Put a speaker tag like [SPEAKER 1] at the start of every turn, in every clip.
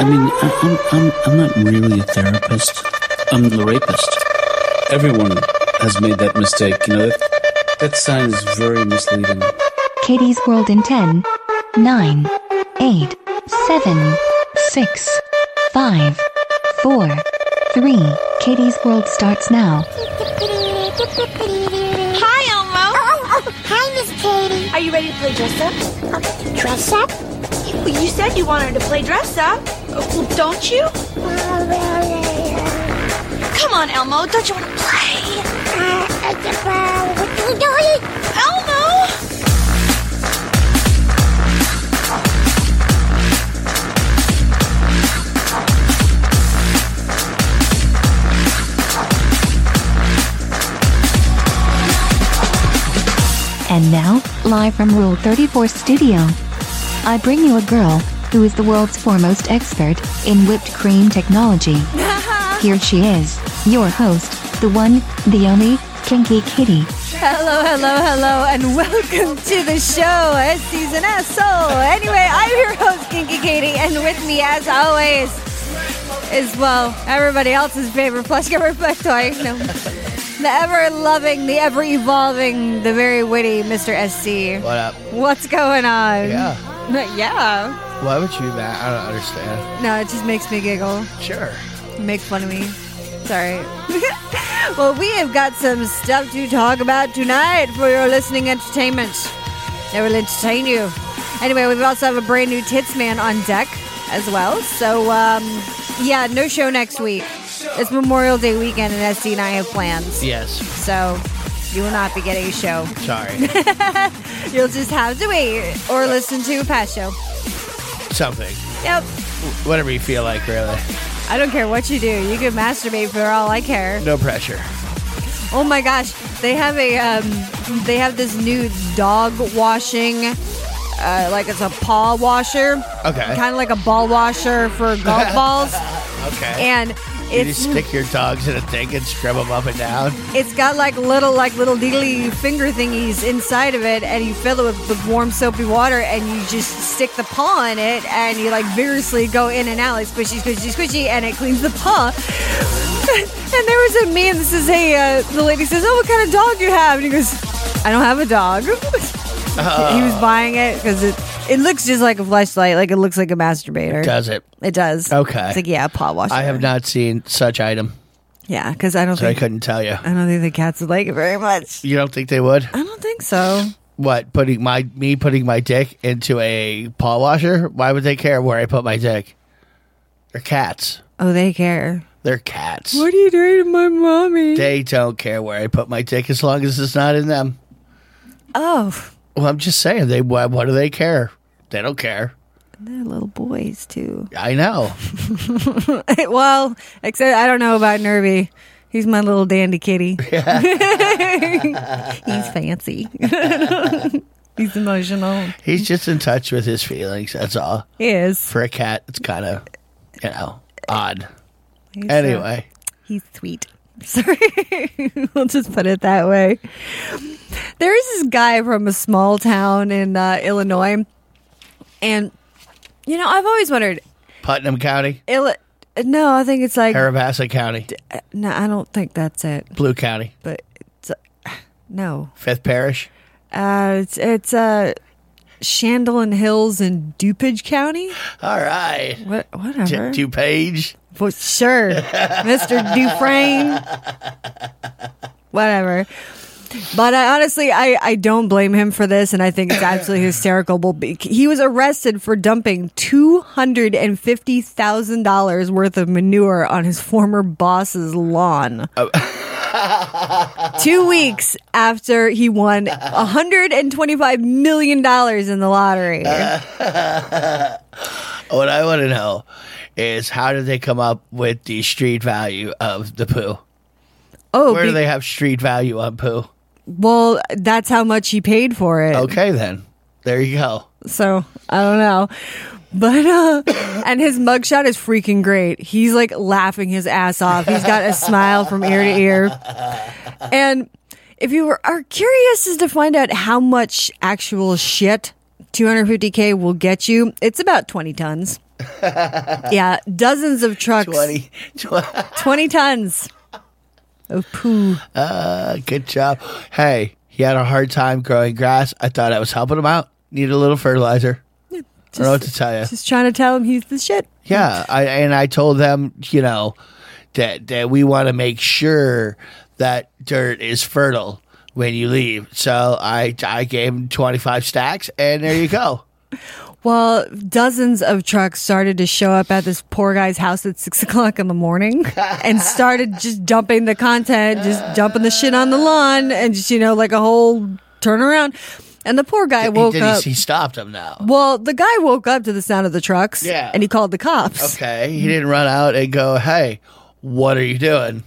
[SPEAKER 1] I mean, I- I'm, I'm, I'm not really a therapist. I'm the rapist. Everyone has made that mistake. You know, that, that sign is very misleading.
[SPEAKER 2] Katie's World in 10, 9, 8, 7, 6, 5, 4, 3. Katie's World starts now.
[SPEAKER 3] Hi, Elmo. Oh, oh, hi, Miss Katie.
[SPEAKER 4] Are you ready to play dress up?
[SPEAKER 3] Dress up?
[SPEAKER 4] Well, you said you wanted to play dress up. Uh, Well, don't you?
[SPEAKER 3] Oh, well,
[SPEAKER 4] Come on, Elmo. Don't you want to play?
[SPEAKER 3] uh, it's about what you doing?
[SPEAKER 4] Elmo!
[SPEAKER 2] And now, live from Rule 34 Studio, I bring you a girl who is the world's foremost expert in whipped cream technology. Here she is, your host, the one, the only, Kinky Kitty.
[SPEAKER 5] Hello, hello, hello, and welcome to the show, a season asshole. Anyway, I'm your host, Kinky Katie, and with me, as always, is well everybody else's favorite plush cover plush toy. No, the ever loving, the ever evolving, the very witty Mr. SC.
[SPEAKER 6] What up?
[SPEAKER 5] What's going on?
[SPEAKER 6] Yeah.
[SPEAKER 5] But yeah.
[SPEAKER 6] Why would you do that? I don't understand.
[SPEAKER 5] No, it just makes me giggle.
[SPEAKER 6] Sure.
[SPEAKER 5] Make fun of me. Sorry. well, we have got some stuff to talk about tonight for your listening entertainment. They will entertain you. Anyway, we also have a brand new Tits Man on deck as well. So, um, yeah, no show next week. It's Memorial Day weekend, and SC and I have plans.
[SPEAKER 6] Yes.
[SPEAKER 5] So, you will not be getting a show.
[SPEAKER 6] Sorry.
[SPEAKER 5] You'll just have to wait or listen to a past show.
[SPEAKER 6] Something.
[SPEAKER 5] Yep.
[SPEAKER 6] Whatever you feel like, really.
[SPEAKER 5] I don't care what you do. You can masturbate for all I care.
[SPEAKER 6] No pressure.
[SPEAKER 5] Oh my gosh, they have a um, they have this new dog washing, uh, like it's a paw washer,
[SPEAKER 6] Okay.
[SPEAKER 5] kind of like a ball washer for golf balls,
[SPEAKER 6] Okay.
[SPEAKER 5] and
[SPEAKER 6] you
[SPEAKER 5] it's
[SPEAKER 6] just stick your dogs in a thing and scrub them up and down.
[SPEAKER 5] it's got like little like little diddly finger thingies inside of it, and you fill it with, with warm soapy water, and you just stick the paw in it, and you like vigorously go in and out like squishy, squishy, squishy, and it cleans the paw. and there was a meme that says, "Hey," uh, the lady says, "Oh, what kind of dog you have?" And he goes, "I don't have a dog." He
[SPEAKER 6] Uh-huh.
[SPEAKER 5] was buying it because it it looks just like a flashlight, like it looks like a masturbator.
[SPEAKER 6] Does it?
[SPEAKER 5] It does.
[SPEAKER 6] Okay.
[SPEAKER 5] It's like yeah, a paw washer.
[SPEAKER 6] I have not seen such item,
[SPEAKER 5] Yeah, because I don't
[SPEAKER 6] so I
[SPEAKER 5] think
[SPEAKER 6] couldn't tell you.
[SPEAKER 5] I don't think the cats would like it very much.
[SPEAKER 6] You don't think they would?
[SPEAKER 5] I don't think so.
[SPEAKER 6] What? Putting my me putting my dick into a paw washer? Why would they care where I put my dick? They're cats.
[SPEAKER 5] Oh, they care.
[SPEAKER 6] They're cats.
[SPEAKER 5] are you doing to my mommy?
[SPEAKER 6] They don't care where I put my dick as long as it's not in them.
[SPEAKER 5] oh,
[SPEAKER 6] Well, I'm just saying. They why, what do they care? They don't care.
[SPEAKER 5] they're little boys too.
[SPEAKER 6] I know.
[SPEAKER 5] well, except I don't know about Nervy. He's my little dandy kitty. He's fancy. He's emotional.
[SPEAKER 6] He's just in touch with his feelings. That's all.
[SPEAKER 5] He is.
[SPEAKER 6] For a cat, it's kind of, you know, odd.
[SPEAKER 5] He's, uh,
[SPEAKER 6] Anyway,
[SPEAKER 5] He's sweet. Sorry. we'll just put it that way. There is this guy from a small town in uh, Illinois. And, you know, I've always wondered.
[SPEAKER 6] Putnam County,
[SPEAKER 5] Ill- no, I think it's like.
[SPEAKER 6] Arabasa County,
[SPEAKER 5] No, I don't think that's it.
[SPEAKER 6] Blue County,
[SPEAKER 5] But it's, uh, no,
[SPEAKER 6] Fifth Parish.
[SPEAKER 5] uh, it's it's uh, Chandelin Hills in DuPage County.
[SPEAKER 6] All right.
[SPEAKER 5] What
[SPEAKER 6] J-
[SPEAKER 5] whatever.
[SPEAKER 6] DuPage.
[SPEAKER 5] For sure, Mister Dufresne. Whatever. But I, honestly, I, I don't blame him for this, and I think it's absolutely hysterical. But be- he was arrested for dumping two hundred and fifty thousand dollars worth of manure on his former boss's lawn.
[SPEAKER 6] Uh,
[SPEAKER 5] Two weeks after he won $125 million in the lottery.
[SPEAKER 6] Uh, What I want to know is how did they come up with the street value of the poo?
[SPEAKER 5] oh,
[SPEAKER 6] Where do
[SPEAKER 5] be-
[SPEAKER 6] they have street value on poo?
[SPEAKER 5] well, that's how much he paid for it.
[SPEAKER 6] Okay, then. There you go.
[SPEAKER 5] So I don't know. But uh and his mugshot is freaking great. He's like laughing his ass off. He's got a smile from ear to ear. And if you were, are curious as to find out how much actual shit 250k will get you, it's about 20 tons. yeah, dozens of trucks.
[SPEAKER 6] 20. 20
[SPEAKER 5] 20 tons. Oh poo.
[SPEAKER 6] Uh, Good job. Hey, he had a hard time growing grass. I thought I was helping him out. Need a little fertilizer. I don't know what to tell you.
[SPEAKER 5] Just trying to tell him he's the shit.
[SPEAKER 6] yeah, I, and I told them, you know, that that we want to make sure that dirt is fertile when you leave. So I I gave him twenty five stacks, and there you go.
[SPEAKER 5] Well, dozens of trucks started to show up at this poor guy's house at six o'clock in the morning and started just dumping the content, just dumping the shit on the lawn and just, you know, like a whole turnaround. And the poor guy
[SPEAKER 6] he,
[SPEAKER 5] woke
[SPEAKER 6] did
[SPEAKER 5] up.
[SPEAKER 6] He, he stopped him now.
[SPEAKER 5] well, the guy woke up to the sound of the trucks
[SPEAKER 6] Yeah.
[SPEAKER 5] and he called the cops.
[SPEAKER 6] Okay, he didn't run out and go, "Hey, what are you doing?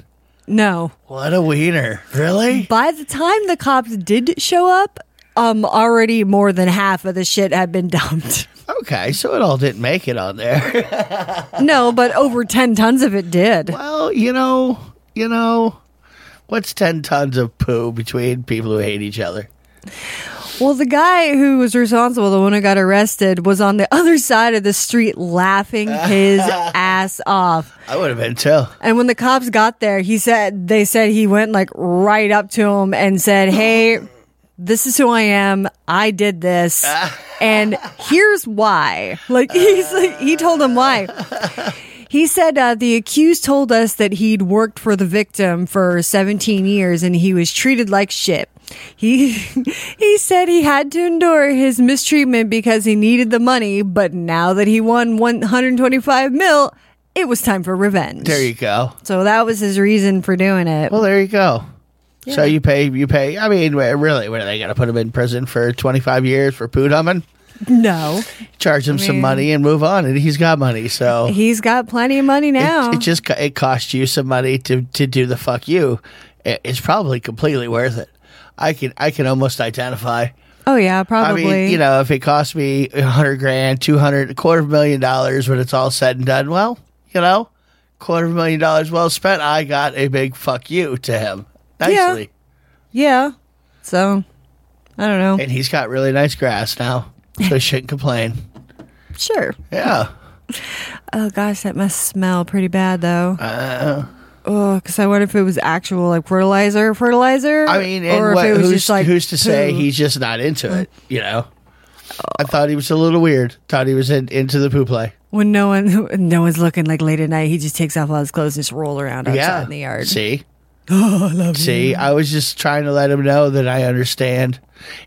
[SPEAKER 5] No.
[SPEAKER 6] What a wiener! Really?
[SPEAKER 5] By the time the cops did show up, um, already more than half of the shit had been dumped.
[SPEAKER 6] Okay, so it all didn't make it on there."
[SPEAKER 5] no, but over 10 tons of it did.
[SPEAKER 6] Well, you know, you know, what's 10 tons of poo between people who hate each other?
[SPEAKER 5] Well, the guy who was responsible, the one who got arrested, was on the other side of the street laughing his ass off.
[SPEAKER 6] I would have been too.
[SPEAKER 5] And when the cops got there, he said they said he went like right up to him and said, "Hey, this is who I am. I did this, and here's why." Like he's like, he told him why. He said uh, the accused told us that he'd worked for the victim for 17 years and he was treated like shit. He he said he had to endure his mistreatment because he needed the money, but now that he won 125 mil, it was time for revenge.
[SPEAKER 6] There you go.
[SPEAKER 5] so that was his reason for doing it.
[SPEAKER 6] Well, there you go. So you pay, you pay. I mean, wh- really, what are they going to put him in prison for 25 years for poo dumping?
[SPEAKER 5] no,
[SPEAKER 6] Charge him some money and move on. And he's got money. So it,
[SPEAKER 5] he's got plenty of money now.
[SPEAKER 6] it just, co- it costs you some money to, to do the fuck you. I- It's probably completely worth it. I can, I can almost identify.
[SPEAKER 5] oh yeah,
[SPEAKER 6] I
[SPEAKER 5] probably.
[SPEAKER 6] mean, you know, if it cost me a hundred grand, two hundred, a quarter of a million dollars when it's all said and done, well, you know, quarter of a million dollars well spent, I got a big fuck you to him. Nicely.
[SPEAKER 5] yeah. So I don't know.
[SPEAKER 6] And he's got really nice grass now. So he shouldn't complain.
[SPEAKER 5] sure.
[SPEAKER 6] Yeah.
[SPEAKER 5] Oh gosh, that must smell pretty bad though.
[SPEAKER 6] Uh-huh.
[SPEAKER 5] Oh, because I wonder if it was actual like fertilizer, fertilizer.
[SPEAKER 6] I mean, and
[SPEAKER 5] or
[SPEAKER 6] what,
[SPEAKER 5] if it was
[SPEAKER 6] who's,
[SPEAKER 5] just like
[SPEAKER 6] who's to say
[SPEAKER 5] poo.
[SPEAKER 6] he's just not into it, you know?
[SPEAKER 5] Oh.
[SPEAKER 6] I thought he was a little weird. Thought he was in, into the poo play.
[SPEAKER 5] when no one no one's looking like late at night, he just takes off all his clothes and just roll around outside in the yard.
[SPEAKER 6] See? Oh, I love See, I was just trying to let him know that I understand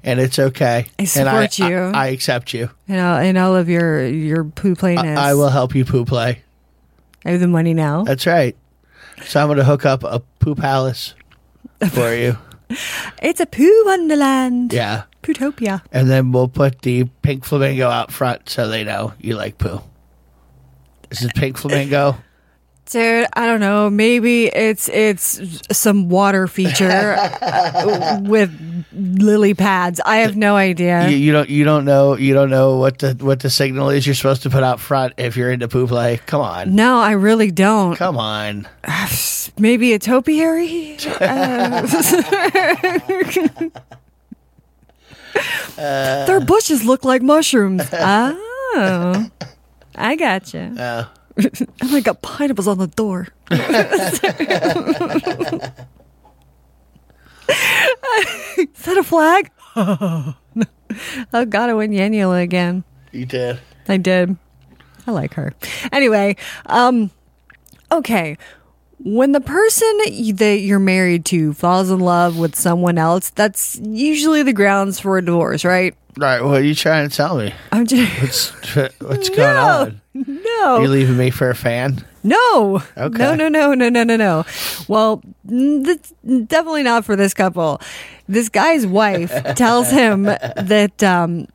[SPEAKER 6] and it's okay.
[SPEAKER 5] I
[SPEAKER 6] and
[SPEAKER 5] support you.
[SPEAKER 6] I, I accept you.
[SPEAKER 5] And all, and all of your your poo playness.
[SPEAKER 6] I will Uh, help you poo play.
[SPEAKER 5] I have the money now.
[SPEAKER 6] That's right. So I'm going to hook up a poo palace for you.
[SPEAKER 5] It's a poo wonderland.
[SPEAKER 6] Yeah.
[SPEAKER 5] Pootopia.
[SPEAKER 6] And then we'll put the pink flamingo out front so they know you like poo. Is it pink flamingo?
[SPEAKER 5] Dude, I don't know. Maybe it's it's some water feature uh, with lily pads. I have no idea.
[SPEAKER 6] You, you don't you don't know you don't know what the what the signal is you're supposed to put out front if you're into poo play. Come on.
[SPEAKER 5] no, I really don't.
[SPEAKER 6] Come on.
[SPEAKER 5] Maybe a topiary? Uh, Their bushes look like mushrooms. Oh, I gotcha.
[SPEAKER 6] Uh,
[SPEAKER 5] And I got pineapples on the door. Is that a flag? oh, God, I went Yanula again.
[SPEAKER 6] you did.
[SPEAKER 5] I did. I like her. Anyway, um, okay. When the person y- that you're married to falls in love with someone else, that's usually the grounds for a divorce, right?
[SPEAKER 6] All right, what are you trying to tell me?
[SPEAKER 5] I'm just
[SPEAKER 6] What's, what's going
[SPEAKER 5] no, Oh.
[SPEAKER 6] on?
[SPEAKER 5] no. no.
[SPEAKER 6] You're leaving me for a fan?
[SPEAKER 5] No.
[SPEAKER 6] Okay.
[SPEAKER 5] No, no, no, no, no, no, no. Well, mm, that's definitely not for this couple. This guy's wife tells him that um,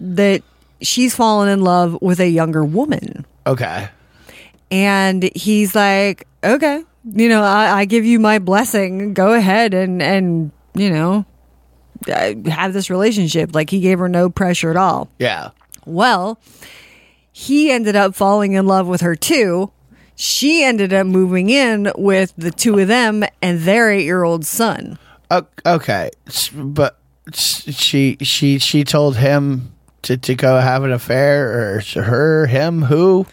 [SPEAKER 5] that she's fallen in love with a younger woman,
[SPEAKER 6] Okay.
[SPEAKER 5] and he's like, "Okay, you know, I, I give you my blessing. Go ahead and and you know." uh, Have this relationship. Like, he gave her no pressure at all.
[SPEAKER 6] Yeah.
[SPEAKER 5] Well, he ended up falling in love with her too. She ended up moving in with the two of them and their eight year old son.
[SPEAKER 6] O- okay. S- But s- she she she told him to, to go have an affair or s- her, him, who?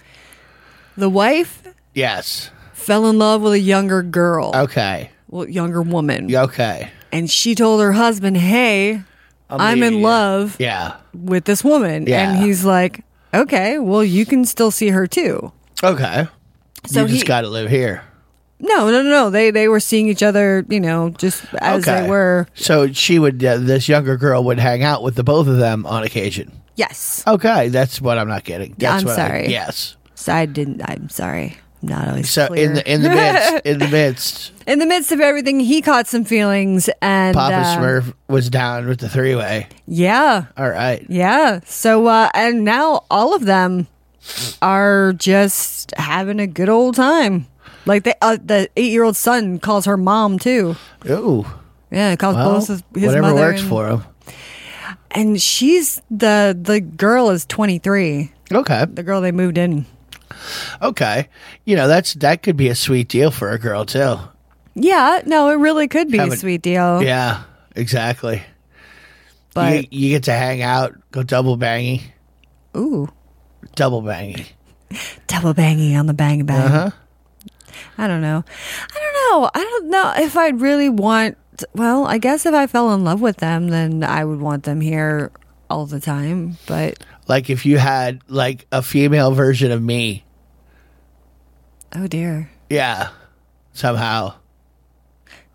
[SPEAKER 5] The wife
[SPEAKER 6] Yes.
[SPEAKER 5] fell in love with a younger girl,
[SPEAKER 6] Uh, Okay.
[SPEAKER 5] well, younger woman.
[SPEAKER 6] Okay.
[SPEAKER 5] And she told her husband, Hey, I'm, in
[SPEAKER 6] leaving you."
[SPEAKER 5] love
[SPEAKER 6] Yeah.
[SPEAKER 5] with this woman.
[SPEAKER 6] Yeah.
[SPEAKER 5] And he's like, Okay, well, you can still see her too.
[SPEAKER 6] Okay.
[SPEAKER 5] So
[SPEAKER 6] you just
[SPEAKER 5] he-
[SPEAKER 6] got to live here.
[SPEAKER 5] No, no, no, no. They they were seeing each other, you know, just as they were.
[SPEAKER 6] So she would, uh, this younger girl would hang out with the both of them on occasion.
[SPEAKER 5] Yes.
[SPEAKER 6] Okay, that's what I'm not getting.
[SPEAKER 5] Yeah,
[SPEAKER 6] That's
[SPEAKER 5] I'm
[SPEAKER 6] what I-
[SPEAKER 5] sorry.
[SPEAKER 6] yes.
[SPEAKER 5] So I didn't. I'm sorry. I'm not always
[SPEAKER 6] So
[SPEAKER 5] clear.
[SPEAKER 6] in the in the midst in the midst,
[SPEAKER 5] In the midst of everything, he caught some feelings and
[SPEAKER 6] Papa
[SPEAKER 5] uh,
[SPEAKER 6] Smurf was down with the three way.
[SPEAKER 5] Yeah,
[SPEAKER 6] All right.
[SPEAKER 5] yeah. So uh, and now all of them are just having a good old time. Like the uh, the eight year old son calls her mom too.
[SPEAKER 6] Ooh.
[SPEAKER 5] Yeah, he calls
[SPEAKER 6] Well,
[SPEAKER 5] both his, his
[SPEAKER 6] whatever
[SPEAKER 5] mother
[SPEAKER 6] works
[SPEAKER 5] and,
[SPEAKER 6] for him.
[SPEAKER 5] And she's the the girl is twenty three.
[SPEAKER 6] Okay.
[SPEAKER 5] The girl they moved in.
[SPEAKER 6] Okay. You know that's that could be a sweet deal for a girl too.
[SPEAKER 5] Yeah, no, it really could be a
[SPEAKER 6] Haven't-
[SPEAKER 5] sweet deal.
[SPEAKER 6] Yeah. Exactly.
[SPEAKER 5] Oh. but
[SPEAKER 6] you, you get to hang out, go double bangy,
[SPEAKER 5] ooh.
[SPEAKER 6] double bangy.
[SPEAKER 5] double banging on the bang bang.
[SPEAKER 6] Uh-huh.
[SPEAKER 5] I don't know. I don't know. I don't know if I'd really want. Well, I guess if I fell in love with them, then I would want them here all the time. But
[SPEAKER 6] Like if you had like a female version of me.
[SPEAKER 5] oh dear,
[SPEAKER 6] Yeah. Somehow.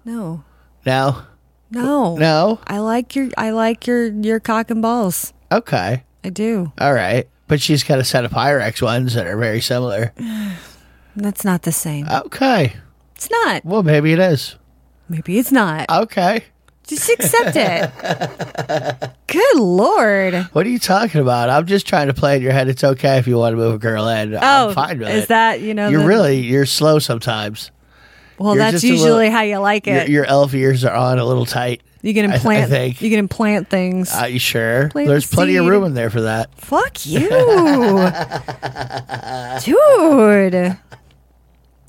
[SPEAKER 5] no,
[SPEAKER 6] No.
[SPEAKER 5] no,
[SPEAKER 6] No.
[SPEAKER 5] I like your, I like your, your cock and balls.
[SPEAKER 6] Okay.
[SPEAKER 5] I do.
[SPEAKER 6] All right. But she's got a set of Pyrex ones that are very similar.
[SPEAKER 5] That's not the same.
[SPEAKER 6] Uh, Okay.
[SPEAKER 5] It's not.
[SPEAKER 6] Well, maybe it is.
[SPEAKER 5] Maybe it's not.
[SPEAKER 6] Okay.
[SPEAKER 5] Just accept it. Good lord.
[SPEAKER 6] What are you talking about? I'm just trying to play in your head. It's okay if you want to move a girl in.
[SPEAKER 5] Oh,
[SPEAKER 6] I'm fine with
[SPEAKER 5] is
[SPEAKER 6] it.
[SPEAKER 5] that you know?
[SPEAKER 6] you're
[SPEAKER 5] the-
[SPEAKER 6] really you're slow sometimes.
[SPEAKER 5] well.
[SPEAKER 6] you're
[SPEAKER 5] That's
[SPEAKER 6] just a little-
[SPEAKER 5] usually how you like
[SPEAKER 6] Your,
[SPEAKER 5] it.
[SPEAKER 6] your elf ears are on a little tight.
[SPEAKER 5] You can
[SPEAKER 6] I- I
[SPEAKER 5] implant.
[SPEAKER 6] think-
[SPEAKER 5] You can implant things.
[SPEAKER 6] Are you sure?
[SPEAKER 5] Plant
[SPEAKER 6] There's
[SPEAKER 5] the
[SPEAKER 6] plenty of
[SPEAKER 5] seed.
[SPEAKER 6] room in there for that.
[SPEAKER 5] Fuck you, dude.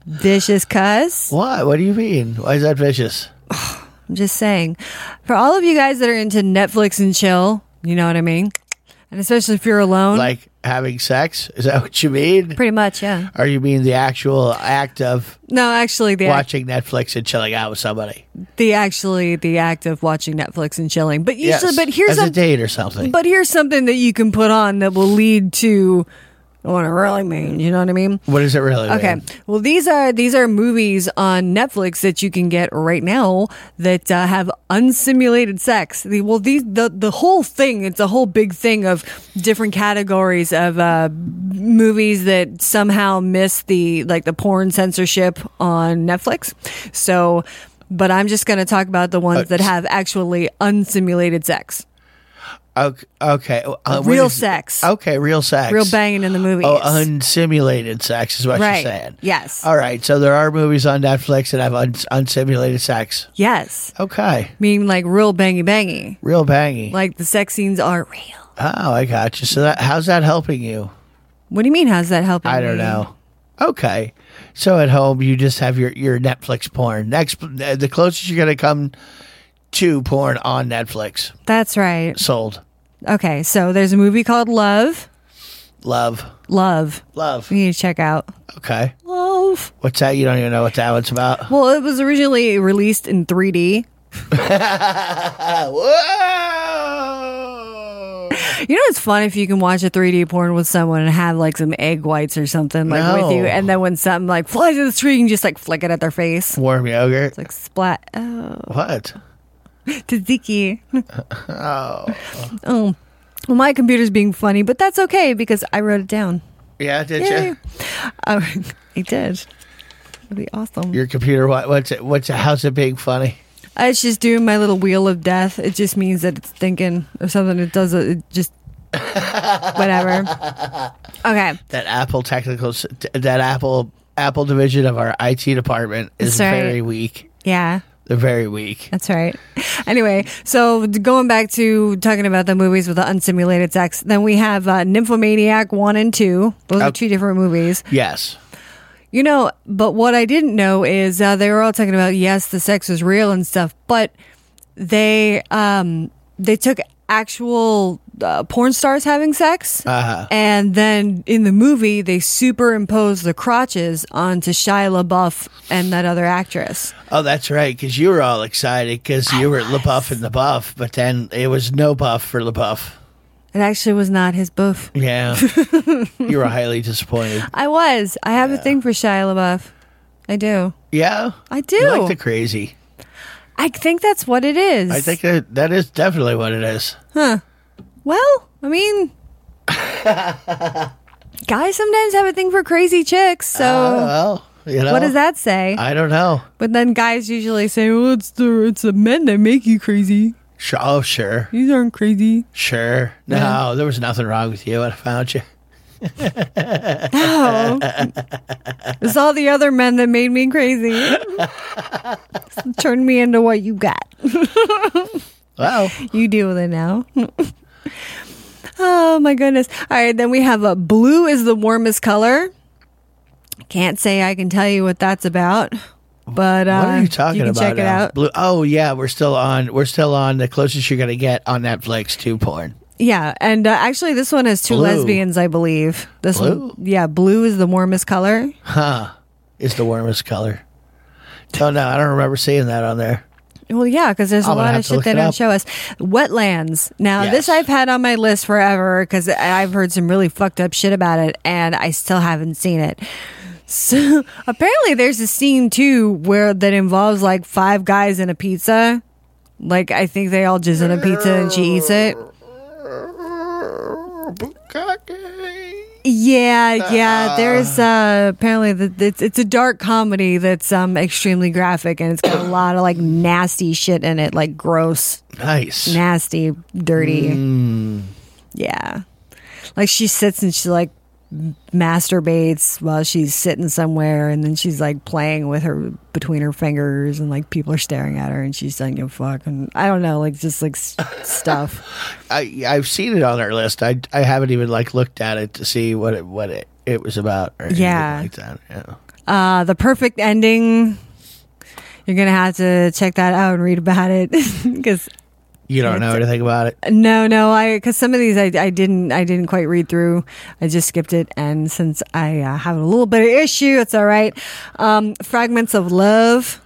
[SPEAKER 5] Vicious cuss.
[SPEAKER 6] What? What do you mean? Why is that vicious?
[SPEAKER 5] I'm just saying. For all of you guys that are into Netflix and chill, you know what I mean. And especially if you're alone,
[SPEAKER 6] Like having sex? Is that what you mean?
[SPEAKER 5] pretty much, yeah.
[SPEAKER 6] Or you mean the actual act of
[SPEAKER 5] No, actually, the act,
[SPEAKER 6] watching Netflix and chilling out with somebody?
[SPEAKER 5] the actually the act of watching Netflix and chilling. But usually,
[SPEAKER 6] Yes,
[SPEAKER 5] but here's
[SPEAKER 6] as
[SPEAKER 5] a,
[SPEAKER 6] a date or something.
[SPEAKER 5] but here's something that you can put on that will lead to what it really means. You know what I mean?
[SPEAKER 6] what does it really?
[SPEAKER 5] Okay.
[SPEAKER 6] mean?
[SPEAKER 5] Well, these are these are movies on Netflix that you can get right now that uh, have unsimulated sex. The, well, these the the whole thing. It's a whole big thing of different categories of uh, movies that somehow miss the like the porn censorship on Netflix. So, but I'm just going to talk about the ones that have actually unsimulated sex,
[SPEAKER 6] Okay. okay. Uh, what
[SPEAKER 5] real
[SPEAKER 6] is-
[SPEAKER 5] sex,
[SPEAKER 6] Okay, real sex.
[SPEAKER 5] real banging in the movies.
[SPEAKER 6] Oh, unsimulated sex is what
[SPEAKER 5] Right.
[SPEAKER 6] you're saying.
[SPEAKER 5] Yes.
[SPEAKER 6] All right. So there are movies on Netflix that have un- unsimulated sex.
[SPEAKER 5] yes,
[SPEAKER 6] Okay.
[SPEAKER 5] meaning like real bangy bangy.
[SPEAKER 6] Real bangy.
[SPEAKER 5] Like the sex scenes are real.
[SPEAKER 6] oh, I got you. So that how's that helping you?
[SPEAKER 5] What do you mean? How's that helping?
[SPEAKER 6] I don't
[SPEAKER 5] me?
[SPEAKER 6] know. Okay. So at home you just have your your Netflix porn. Next, the closest you're gonna come to porn on Netflix.
[SPEAKER 5] That's right.
[SPEAKER 6] Sold.
[SPEAKER 5] Okay, so there's a movie called Love.
[SPEAKER 6] Love.
[SPEAKER 5] Love.
[SPEAKER 6] Love.
[SPEAKER 5] You need to check out
[SPEAKER 6] Okay.
[SPEAKER 5] Love.
[SPEAKER 6] What's that? You don't even know what that one's about.
[SPEAKER 5] Well, it was originally released in 3D.
[SPEAKER 6] Whoa.
[SPEAKER 5] You know, it's fun if you can watch a 3D porn with someone and have like some egg whites or something like with you,
[SPEAKER 6] No.
[SPEAKER 5] and then when something like flies in the street, you can just like flick it at their face,
[SPEAKER 6] Warm yogurt.
[SPEAKER 5] like splat. Oh,
[SPEAKER 6] What?
[SPEAKER 5] tzatziki. Um, oh. oh, well, my computer's being funny, but that's okay because I wrote it down.
[SPEAKER 6] Yeah, did
[SPEAKER 5] Yay.
[SPEAKER 6] you?
[SPEAKER 5] Oh, he did. That'd be awesome.
[SPEAKER 6] Your computer? What, what's it? What's it? How's it being funny?
[SPEAKER 5] I was just doing my little wheel of death. It just means that it's thinking or something. It does it. it just whatever. Okay.
[SPEAKER 6] That Apple technical, s- that Apple Apple division of our IT department is
[SPEAKER 5] That's right.
[SPEAKER 6] very weak.
[SPEAKER 5] Yeah.
[SPEAKER 6] They're very weak.
[SPEAKER 5] That's right. Anyway, so going back to talking about the movies with the unsimulated sex, then we have uh, Nymphomaniac 1 and 2. Those are
[SPEAKER 6] Oh.
[SPEAKER 5] two different movies.
[SPEAKER 6] Yes.
[SPEAKER 5] You know, but what I didn't know is uh, they were all talking about yes, the sex was real and stuff, but they um they took actual uh, porn stars having sex,
[SPEAKER 6] Uh-huh.
[SPEAKER 5] and then in the movie they superimposed the crotches onto Shia LaBeouf and that other actress.
[SPEAKER 6] Oh, that's right. Because you were all excited because you were LaBeouf and the Buff, but then it was no Buff for LaBeouf.
[SPEAKER 5] It actually was not his boof.
[SPEAKER 6] Yeah, you were highly disappointed.
[SPEAKER 5] I was. I have a thing for Shia LaBeouf. I do.
[SPEAKER 6] Yeah,
[SPEAKER 5] I do.
[SPEAKER 6] You like the crazy.
[SPEAKER 5] I think that's what it is.
[SPEAKER 6] I think that, that is definitely what it is.
[SPEAKER 5] Well, I mean, guys sometimes have a thing for crazy chicks. So
[SPEAKER 6] Uh, Well, you know
[SPEAKER 5] Oh. what does that say?
[SPEAKER 6] I don't know.
[SPEAKER 5] but then guys usually say, "Well, it's the it's the men that make you crazy.
[SPEAKER 6] Sure. Oh, sure,
[SPEAKER 5] These aren't crazy."
[SPEAKER 6] sure. No, there was nothing wrong with you. when I found you.
[SPEAKER 5] No, it's all the other men that made me crazy. Turn me into what you got.
[SPEAKER 6] Well,
[SPEAKER 5] You deal with it now. oh my goodness. All right, then we have a blue is the warmest color. Can't say I can tell you what that's about. But uh,
[SPEAKER 6] what are you talking
[SPEAKER 5] can
[SPEAKER 6] about?
[SPEAKER 5] Check it
[SPEAKER 6] now?
[SPEAKER 5] out.
[SPEAKER 6] Blue. Oh yeah, we're still on. We're still on the closest you're gonna get on Netflix to porn.
[SPEAKER 5] Yeah, and uh, actually, this one has two
[SPEAKER 6] Blue.
[SPEAKER 5] lesbians, I believe. This
[SPEAKER 6] Blue?
[SPEAKER 5] one, yeah, blue is the warmest color.
[SPEAKER 6] Is the warmest color. Oh no, I don't remember seeing that on there.
[SPEAKER 5] Well, yeah, because there's a
[SPEAKER 6] I'm gonna
[SPEAKER 5] lot
[SPEAKER 6] have
[SPEAKER 5] of
[SPEAKER 6] to
[SPEAKER 5] shit
[SPEAKER 6] look
[SPEAKER 5] they
[SPEAKER 6] it
[SPEAKER 5] don't
[SPEAKER 6] up.
[SPEAKER 5] show us. Wetlands. Now,
[SPEAKER 6] Yes.
[SPEAKER 5] this I've had on my list forever because I've heard some really fucked up shit about it, and I still haven't seen it. So apparently, there's a scene too where that involves like five guys in a pizza. Like I think they all just in a pizza and she eats it. Yeah, yeah. There's uh, apparently the, it's it's a dark comedy that's um extremely graphic and it's got a lot of like nasty shit in it, like gross
[SPEAKER 6] Nice.
[SPEAKER 5] nasty, dirty. Yeah. Like she sits and she like m- masturbates while she's sitting somewhere and then she's like playing with her between her fingers and like people are staring at her and she's like no fuck and I don't know like just like s- stuff.
[SPEAKER 6] I I've seen it on our list. I I haven't even like looked at it to see what it what it, it was about or anything
[SPEAKER 5] Yeah.
[SPEAKER 6] like that. Yeah.
[SPEAKER 5] Uh the perfect ending you're going to have to check that out and read about it cuz
[SPEAKER 6] You don't know anything about it.
[SPEAKER 5] No, no, I because some of these I, I didn't I didn't quite read through. I just skipped it, and since I uh, have a little bit of issue, it's all right. Um, Fragments of love.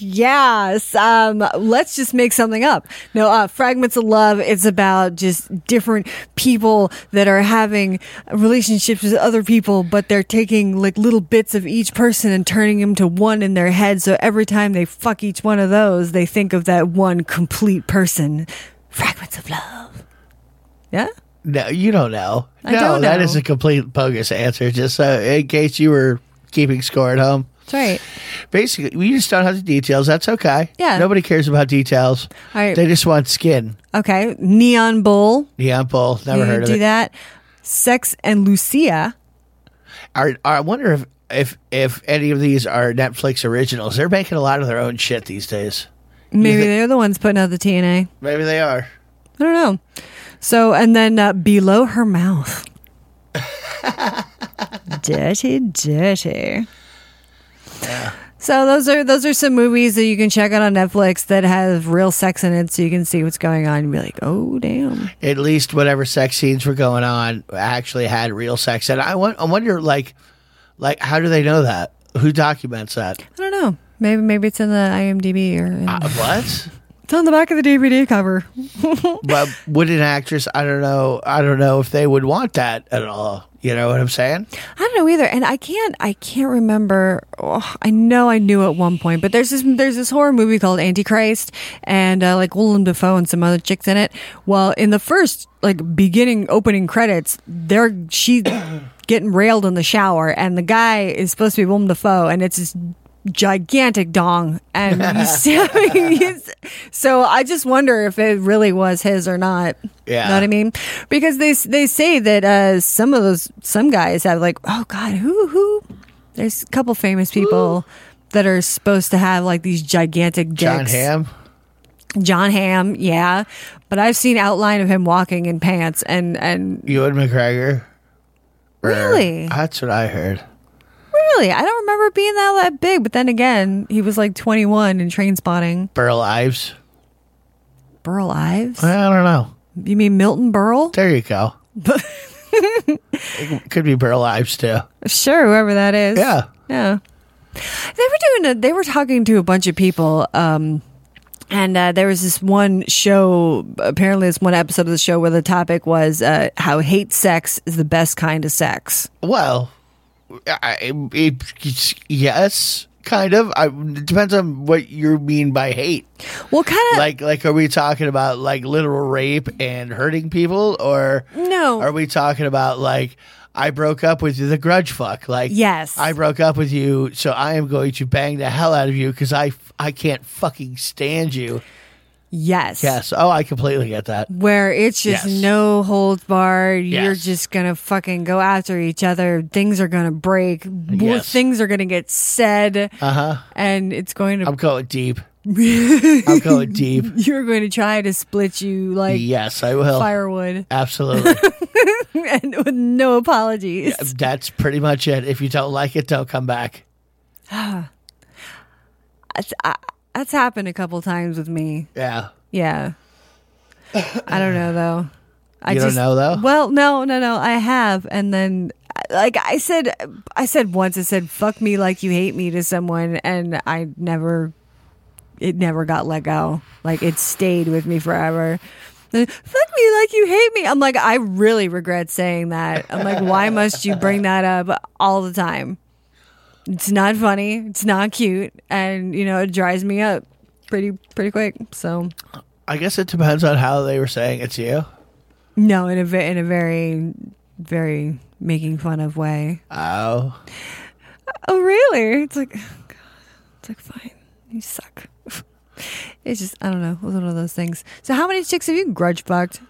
[SPEAKER 5] yes. Um, let's just make something up. No, uh, Fragments of Love. It's about just different people that are having relationships with other people, but they're taking like little bits of each person and turning them to one in their head. So every time they fuck each one of those, they think of that one complete person. Fragments of Love. Yeah.
[SPEAKER 6] No, you don't know.
[SPEAKER 5] I
[SPEAKER 6] no,
[SPEAKER 5] don't
[SPEAKER 6] that
[SPEAKER 5] know.
[SPEAKER 6] is a complete bogus answer. Just so in case you were keeping score at home.
[SPEAKER 5] That's right.
[SPEAKER 6] Basically, we just don't have the details. That's okay.
[SPEAKER 5] Yeah.
[SPEAKER 6] Nobody cares about details.
[SPEAKER 5] All right.
[SPEAKER 6] They just want skin.
[SPEAKER 5] Okay. Neon Bull.
[SPEAKER 6] Yeah, bull. Never
[SPEAKER 5] You
[SPEAKER 6] heard of
[SPEAKER 5] do
[SPEAKER 6] it.
[SPEAKER 5] that. Sex and Lucia.
[SPEAKER 6] Are, are, I wonder if, if if any of these are Netflix originals. They're making a lot of their own shit these days.
[SPEAKER 5] Maybe they're the ones putting out the TNA.
[SPEAKER 6] Maybe they are.
[SPEAKER 5] I don't know. So, and then uh, below her mouth. dirty, dirty. So those are those are some movies that you can check out on Netflix that have real sex in it, so you can see what's going on and be like, "Oh damn!"
[SPEAKER 6] at least whatever sex scenes were going on actually had real sex. And I, won- I wonder, like, like how do they know that? Who documents that?
[SPEAKER 5] I don't know. Maybe maybe it's in the IMDb or in-
[SPEAKER 6] Uh, what?
[SPEAKER 5] It's on the back of the DVD cover.
[SPEAKER 6] But would an actress? I don't know. I don't know if they would want that at all. You know what I'm saying?
[SPEAKER 5] I don't know either, and I can't. I can't remember. oh, I know I knew at one point, but there's this there's this horror movie called Antichrist, and uh, like Willem Dafoe and some other chicks in it. Well, in the first like beginning opening credits, there she getting railed in the shower, and the guy is supposed to be Willem Dafoe, and it's this gigantic dong, and you see, I mean, it's- so I just wonder if it really was his or not.
[SPEAKER 6] Yeah.
[SPEAKER 5] know what I mean. I mean, because they they say that uh, some of those some guys have like, oh God, who who? There's a couple famous people that are supposed to have like these gigantic dicks.
[SPEAKER 6] John Hamm.
[SPEAKER 5] John Ham, yeah. But I've seen outline of him walking in pants and and
[SPEAKER 6] Ewan McGregor. Or-
[SPEAKER 5] Really?
[SPEAKER 6] That's what I heard.
[SPEAKER 5] really, I don't remember being that that big. But then again, he was like 21 in Train Spotting.
[SPEAKER 6] Burl Ives.
[SPEAKER 5] Burl Ives?
[SPEAKER 6] I don't know.
[SPEAKER 5] You mean Milton Burl?
[SPEAKER 6] There you go. it could be Burl Ives too.
[SPEAKER 5] Sure, whoever that is.
[SPEAKER 6] Yeah.
[SPEAKER 5] Yeah. They were doing a, they were talking to a bunch of people um and uh, there was this one show apparently this one episode of the show where the topic was uh, how hate sex is the best kind of sex.
[SPEAKER 6] Well, I, it, it's- yes, kind of. I, it depends on what you mean by hate.
[SPEAKER 5] Well, kind of
[SPEAKER 6] Like, like, are we talking about like literal rape and hurting people, or
[SPEAKER 5] No.
[SPEAKER 6] Are we talking about like I broke up with you, the grudge fuck? Like,
[SPEAKER 5] Yes.
[SPEAKER 6] I broke up with you, so I am going to bang the hell out of you because I, I can't fucking stand you.
[SPEAKER 5] yes.
[SPEAKER 6] Yes. Oh, I completely get that.
[SPEAKER 5] Where it's just
[SPEAKER 6] Yes.
[SPEAKER 5] no holds barred. You're
[SPEAKER 6] Yes.
[SPEAKER 5] just going to fucking go after each other. Things are going to break.
[SPEAKER 6] Yes.
[SPEAKER 5] Things are going to get said.
[SPEAKER 6] Uh huh.
[SPEAKER 5] And it's going to,
[SPEAKER 6] I'm going deep. I'm going deep.
[SPEAKER 5] you're going to try to split you like
[SPEAKER 6] Yes, I will.
[SPEAKER 5] firewood.
[SPEAKER 6] Absolutely.
[SPEAKER 5] and with no apologies.
[SPEAKER 6] That's pretty much it. If you don't like it, don't come back.
[SPEAKER 5] That's, I, that's happened a couple times with me.
[SPEAKER 6] Yeah.
[SPEAKER 5] Yeah. I don't know though. I
[SPEAKER 6] You don't know, though?
[SPEAKER 5] Well, no, no, no. I have, and then like I said, I said once, I said "fuck me like you hate me" to someone, and I never, it never got let go. Like it stayed with me forever. Fuck me like you hate me. I'm like, I really regret saying that. I'm like, why must you bring that up all the time? It's not funny. It's not cute, and you know it dries me up pretty pretty quick. So
[SPEAKER 6] I guess it depends on how they were saying it to you.
[SPEAKER 5] No, in a ve- in a very very making fun of way.
[SPEAKER 6] Oh.
[SPEAKER 5] Oh, really? It's like, oh, God. it's like fine. You suck. It's just I don't know. It was one of those things. So, how many chicks have you grudge fucked?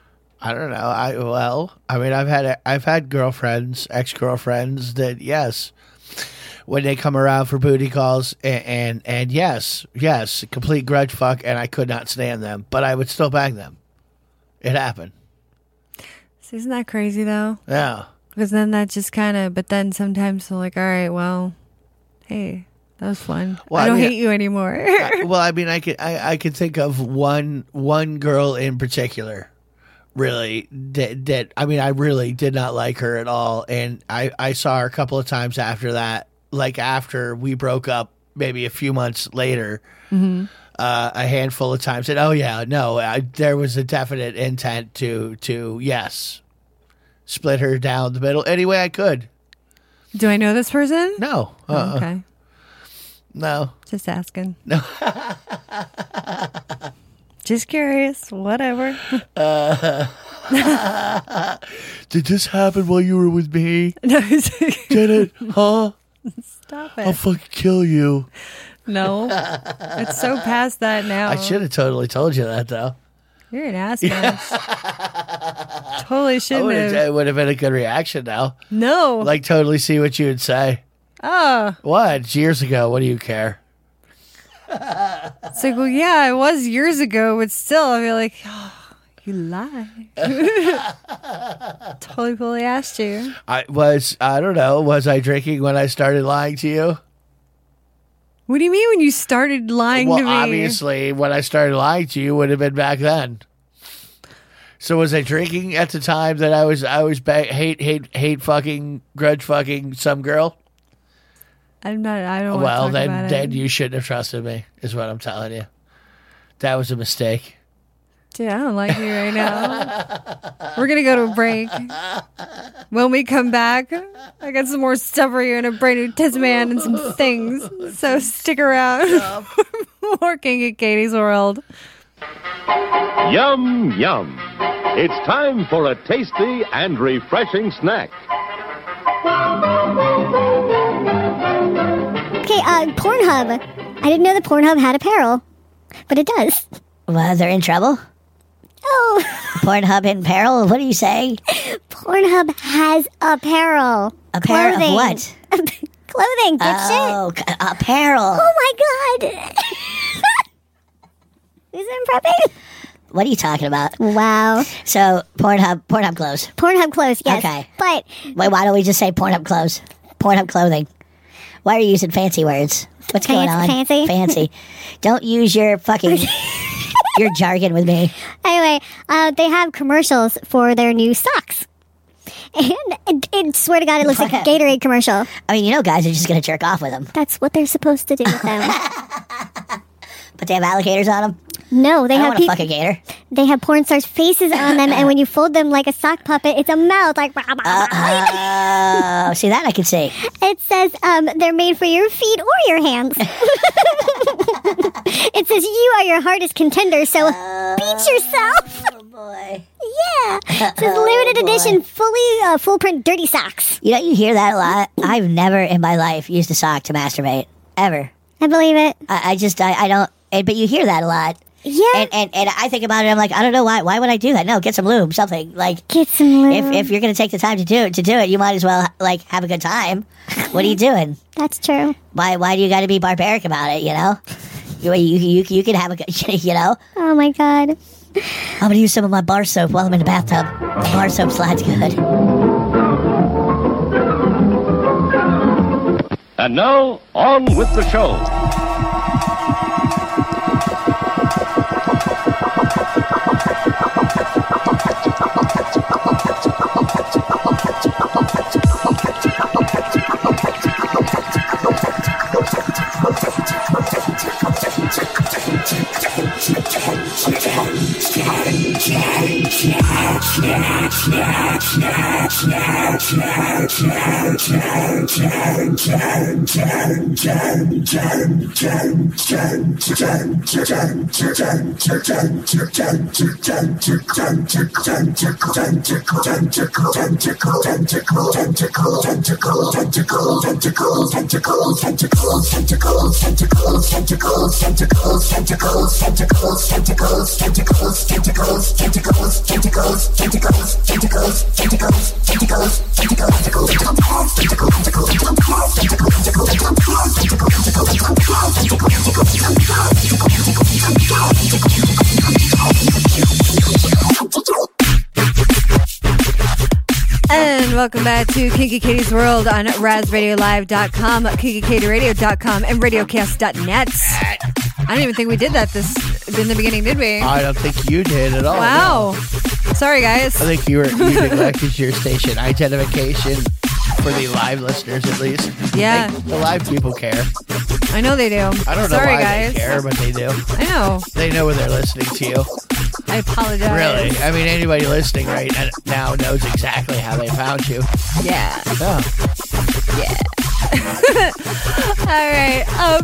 [SPEAKER 6] I don't know. I well, I mean, I've had I've had girlfriends, ex girlfriends that yes, when they come around for booty calls and, and and yes, yes, complete grudge fuck, and I could not stand them, but I would still bang them. It happened.
[SPEAKER 5] Isn't that crazy though?
[SPEAKER 6] Yeah.
[SPEAKER 5] Because then that just kind of. But then sometimes I'm like, all right, well, hey, that was fun.
[SPEAKER 6] Well,
[SPEAKER 5] I
[SPEAKER 6] I
[SPEAKER 5] don't
[SPEAKER 6] mean-
[SPEAKER 5] hate you anymore.
[SPEAKER 6] I- well, I mean, I could I, I could think of one one girl in particular, really that that I mean, I really did not like her at all, and I I saw her a couple of times after that, like after we broke up, maybe a few months later. Uh, a handful of times, and oh yeah, no, I, there was a definite intent to to yes, split her down the middle any way I could.
[SPEAKER 5] Do I know this person? Oh,
[SPEAKER 6] No, uh,
[SPEAKER 5] Okay,
[SPEAKER 6] no,
[SPEAKER 5] just asking. No. just curious. Whatever.
[SPEAKER 6] did this happen while you were with me?
[SPEAKER 5] No, it's-
[SPEAKER 6] Did it? Huh?
[SPEAKER 5] stop
[SPEAKER 6] I'll
[SPEAKER 5] it.
[SPEAKER 6] fucking kill you.
[SPEAKER 5] No, it's so past that now.
[SPEAKER 6] I should have totally told you that though.
[SPEAKER 5] You're an ass. bitch. totally
[SPEAKER 6] It
[SPEAKER 5] shouldn't
[SPEAKER 6] would have,
[SPEAKER 5] have.
[SPEAKER 6] been a good reaction now.
[SPEAKER 5] No.
[SPEAKER 6] Like, totally see what you would say.
[SPEAKER 5] oh,
[SPEAKER 6] What? It's Years ago. What do you care?
[SPEAKER 5] it's like, well, yeah, it was years ago, but still, I feel like, oh, you lie. totally, fully asked you.
[SPEAKER 6] I was, I don't know, was I drinking when I started lying to you?
[SPEAKER 5] What do you mean when you started lying to
[SPEAKER 6] Well,
[SPEAKER 5] me?
[SPEAKER 6] obviously, when I started lying to you would have been back then. So was I drinking at the time that I was I was ba- hate hate hate fucking grudge fucking some girl?
[SPEAKER 5] I'm not. I don't.
[SPEAKER 6] well,
[SPEAKER 5] want to talk
[SPEAKER 6] then
[SPEAKER 5] about
[SPEAKER 6] then
[SPEAKER 5] it.
[SPEAKER 6] you shouldn't have trusted me. Is what I'm telling you. That was a mistake.
[SPEAKER 5] Dude, I don't like you right now. We're gonna go to a break. When we come back, I got some more stuff for you and a brand new Tasman and some things. So stick around. Working at Katie's World.
[SPEAKER 7] Yum, yum. It's time for a tasty and refreshing snack.
[SPEAKER 8] Okay, uh, Pornhub. I didn't know that Pornhub had apparel, but it does.
[SPEAKER 9] Well, they're in trouble.
[SPEAKER 8] Oh,
[SPEAKER 9] Pornhub in peril. What do you say?
[SPEAKER 8] Pornhub has apparel.
[SPEAKER 9] A pair of
[SPEAKER 8] Clothing.
[SPEAKER 9] what?
[SPEAKER 8] Clothing, dipshit.
[SPEAKER 9] Oh, c- apparel.
[SPEAKER 8] Oh my god. Is that prepping?
[SPEAKER 9] What are you talking about?
[SPEAKER 8] Wow.
[SPEAKER 9] So Pornhub, Pornhub clothes.
[SPEAKER 8] Pornhub clothes, yes.
[SPEAKER 9] Okay.
[SPEAKER 8] But
[SPEAKER 9] Wait, why don't we just say Pornhub clothes? Pornhub clothing. Why are you using fancy words? What's going on?
[SPEAKER 8] Fancy, fancy.
[SPEAKER 9] Fancy. Don't use your fucking your jargon with me.
[SPEAKER 8] anyway, uh, they have commercials for their new socks. And, and, and swear to God, it looks like a Gatorade commercial.
[SPEAKER 9] I mean, you know, guys are just gonna jerk off with them,
[SPEAKER 8] That's what they're supposed to do with them.
[SPEAKER 9] but they have alligators on them.
[SPEAKER 8] No, they
[SPEAKER 9] I don't
[SPEAKER 8] have
[SPEAKER 9] want to
[SPEAKER 8] peop-
[SPEAKER 9] fuck a gator.
[SPEAKER 8] they have porn stars' faces on them, and when you fold them like a sock puppet, it's a mouth like. rah, rah, rah.
[SPEAKER 9] Oh, see that I could see.
[SPEAKER 8] It says um, they're made for your feet or your hands. it says you are your hardest contender, so beat yourself.
[SPEAKER 9] Oh boy. Oh,
[SPEAKER 8] Yeah, it says limited edition, fully uh, full print dirty socks.
[SPEAKER 9] You know, you hear that a lot. I've never in my life used a sock to masturbate ever.
[SPEAKER 8] I believe it.
[SPEAKER 9] I, I just, I, I don't. And, but you hear that a lot,
[SPEAKER 8] Yeah,
[SPEAKER 9] Uh, and, and and I think about it. I'm like, I don't know why. Why would I do that? No, get some lube, something like.
[SPEAKER 8] get some lube.
[SPEAKER 9] If, if you're gonna take the time to do it, to do it, you might as well like have a good time. What are you doing?
[SPEAKER 8] That's true.
[SPEAKER 9] Why why do you got to be barbaric about it? You know, you you you, you can have a good, you know.
[SPEAKER 8] Oh my god.
[SPEAKER 9] I'm gonna use some of my bar soap while I'm in the bathtub. The bar soap slides good.
[SPEAKER 7] And now, on with the show.
[SPEAKER 5] And welcome back to Kinky Katie's World on RazRadioLive.com, KinkyKatieRadio.com, and RadioCast.net. I don't even think we did that this in the beginning, did we?
[SPEAKER 6] I don't think you did at all. no.
[SPEAKER 5] Wow. Sorry,
[SPEAKER 6] I
[SPEAKER 5] guys.
[SPEAKER 6] think you were you neglected your station identification for the live listeners at least.
[SPEAKER 5] Yeah.
[SPEAKER 6] Like, the live people care.
[SPEAKER 5] I know they do.
[SPEAKER 6] I don't know
[SPEAKER 5] Sorry,
[SPEAKER 6] why
[SPEAKER 5] guys.
[SPEAKER 6] they care, but they do.
[SPEAKER 5] I know.
[SPEAKER 6] They know when they're listening to you.
[SPEAKER 5] I apologize.
[SPEAKER 6] Really, I mean, anybody listening right n- now knows exactly how they found you.
[SPEAKER 5] Yeah.
[SPEAKER 6] Yeah.
[SPEAKER 5] All right. Um,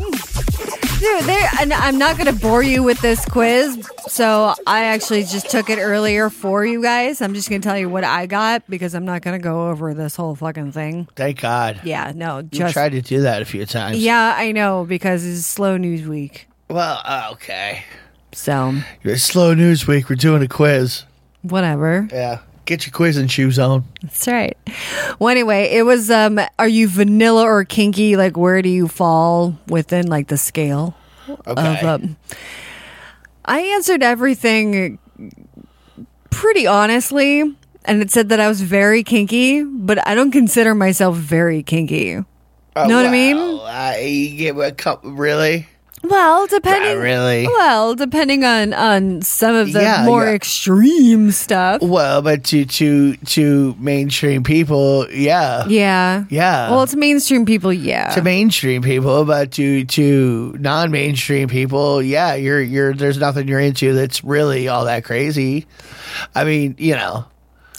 [SPEAKER 5] dude, there. And I'm not gonna bore you with this quiz, so I actually just took it earlier for you guys. I'm just gonna tell you what I got because I'm not gonna go over this whole fucking thing.
[SPEAKER 6] Thank God.
[SPEAKER 5] Yeah. No.
[SPEAKER 6] You
[SPEAKER 5] Just.
[SPEAKER 6] tried to do that a few times.
[SPEAKER 5] Yeah, I know because it's slow news week.
[SPEAKER 6] Well, uh, okay.
[SPEAKER 5] So
[SPEAKER 6] It's slow news week. We're doing a quiz.
[SPEAKER 5] whatever.
[SPEAKER 6] Yeah. Get your quiz and shoes on.
[SPEAKER 5] That's right. Well, anyway, it was. Um, are you vanilla or kinky? Like, where do you fall within like the scale?
[SPEAKER 6] Okay.
[SPEAKER 5] of, um, I answered everything pretty honestly, and it said that I was very kinky, but I don't consider myself very kinky.
[SPEAKER 6] Oh,
[SPEAKER 5] know what I
[SPEAKER 6] wow.
[SPEAKER 5] mean?
[SPEAKER 6] I get a couple, really?
[SPEAKER 5] Well, depending.
[SPEAKER 6] really.
[SPEAKER 5] Well, depending on on some of the
[SPEAKER 6] Yeah,
[SPEAKER 5] more
[SPEAKER 6] yeah.
[SPEAKER 5] extreme stuff.
[SPEAKER 6] Well, but to to to mainstream people, yeah,
[SPEAKER 5] Yeah.
[SPEAKER 6] Yeah.
[SPEAKER 5] Well, it's mainstream people. Yeah.
[SPEAKER 6] to mainstream people, but to to non-mainstream people, yeah, you're you're there's nothing you're into that's really all that crazy. I mean, you know,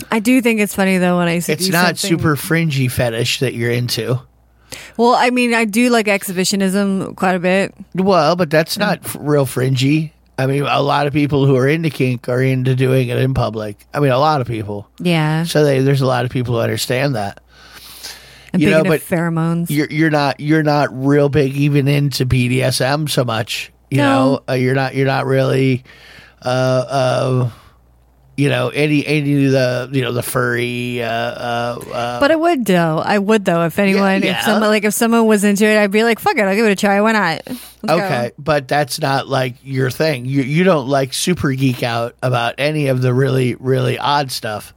[SPEAKER 5] I do think it's funny though when I see
[SPEAKER 6] it's not
[SPEAKER 5] something-
[SPEAKER 6] super fringy fetish that you're into.
[SPEAKER 5] Well, I mean, I do like exhibitionism quite a bit.
[SPEAKER 6] Well, but that's not f- real fringy. I mean, a lot of people who are into kink are into doing it in public. I mean, a lot of people.
[SPEAKER 5] Yeah.
[SPEAKER 6] So they, there's a lot of people who understand that.
[SPEAKER 5] I'm
[SPEAKER 6] you
[SPEAKER 5] big
[SPEAKER 6] know,
[SPEAKER 5] into
[SPEAKER 6] but
[SPEAKER 5] pheromones.
[SPEAKER 6] You're you're not you're not real big even into BDSM so much. You
[SPEAKER 5] No.
[SPEAKER 6] know, uh, you're not you're not really, uh, uh, you know, any any of the you know the furry. Uh, uh, uh,
[SPEAKER 5] But I would though. I would though. If anyone,
[SPEAKER 6] yeah.
[SPEAKER 5] if someone, like if someone was into it, I'd be like, "Fuck it, I'll give it a try. Why not?" Let's go.
[SPEAKER 6] okay, but that's not like your thing. You you don't like super geek out about any of the really really odd stuff.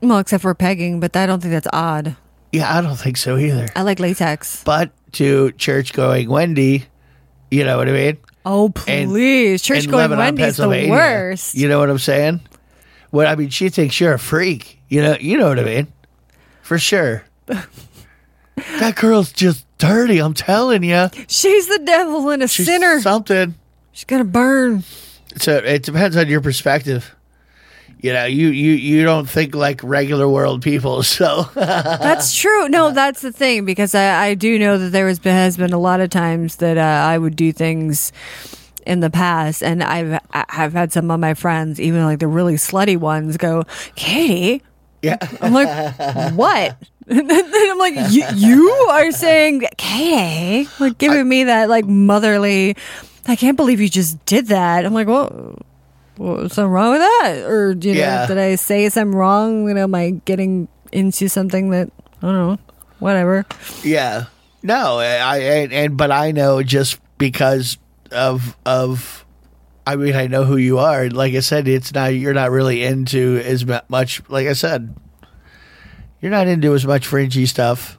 [SPEAKER 5] Well, except for pegging, but I don't think that's odd.
[SPEAKER 6] Yeah, I don't think so either.
[SPEAKER 5] I like latex.
[SPEAKER 6] But to church going Wendy, you know what I mean?
[SPEAKER 5] Oh
[SPEAKER 6] And-
[SPEAKER 5] please, church
[SPEAKER 6] in
[SPEAKER 5] going
[SPEAKER 6] Lebanon,
[SPEAKER 5] Wendy's the
[SPEAKER 6] Pennsylvania.
[SPEAKER 5] worst.
[SPEAKER 6] You know what I'm saying? Well, I mean, she thinks you're a freak. You know, you know what I mean? For sure. that girl's just dirty. I'm telling you,
[SPEAKER 5] She's the devil and a
[SPEAKER 6] she's
[SPEAKER 5] sinner.
[SPEAKER 6] something.
[SPEAKER 5] She's gonna burn.
[SPEAKER 6] So it depends on your perspective. You know, you you you don't think like regular world people. So
[SPEAKER 5] That's true. No, that's the thing because I, I do know that there was has been a lot of times that uh, I would do things in the past, and I've I- I've had some of my friends, even like the really slutty ones, go, "Katie."
[SPEAKER 6] Yeah.
[SPEAKER 5] I'm like, what? And then I'm like, "You- you are saying, Katie, like giving me that like motherly, I can't believe you just did that. I'm like, well, what's something wrong with that? Or, you
[SPEAKER 6] Yeah.
[SPEAKER 5] know, did I say something wrong? You know, am I getting into something that, I don't know, whatever.
[SPEAKER 6] yeah, no, I and, and but I know just because of of. I mean, I know who you are. Like I said, it's not you're not really into as mu- much. Like I said, you're not into as much fringy stuff.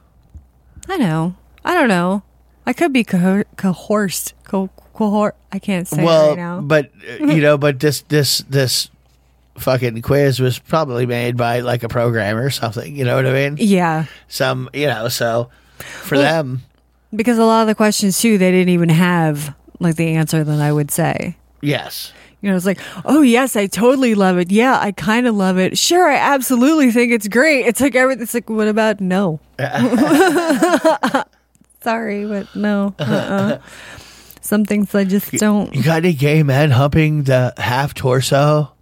[SPEAKER 5] I know. I don't know. I could be cohor- cohorsed. Co- cohort. I can't say it
[SPEAKER 6] well,
[SPEAKER 5] right now.
[SPEAKER 6] but uh, you know, but this this this fucking quiz was probably made by like a programmer or something. You know what I mean?
[SPEAKER 5] yeah.
[SPEAKER 6] Some, you know, so for them,
[SPEAKER 5] Because a lot of the questions, too, they didn't even have like the answer that I would say.
[SPEAKER 6] yes.
[SPEAKER 5] You know, it's like, oh yes, I totally love it. Yeah, I kind of love it. Sure, I absolutely think it's great. It's like everything. It's like, what about no? Sorry, but no. Uh-uh. Some things I just don't.
[SPEAKER 6] You got any gay men humping the half torso?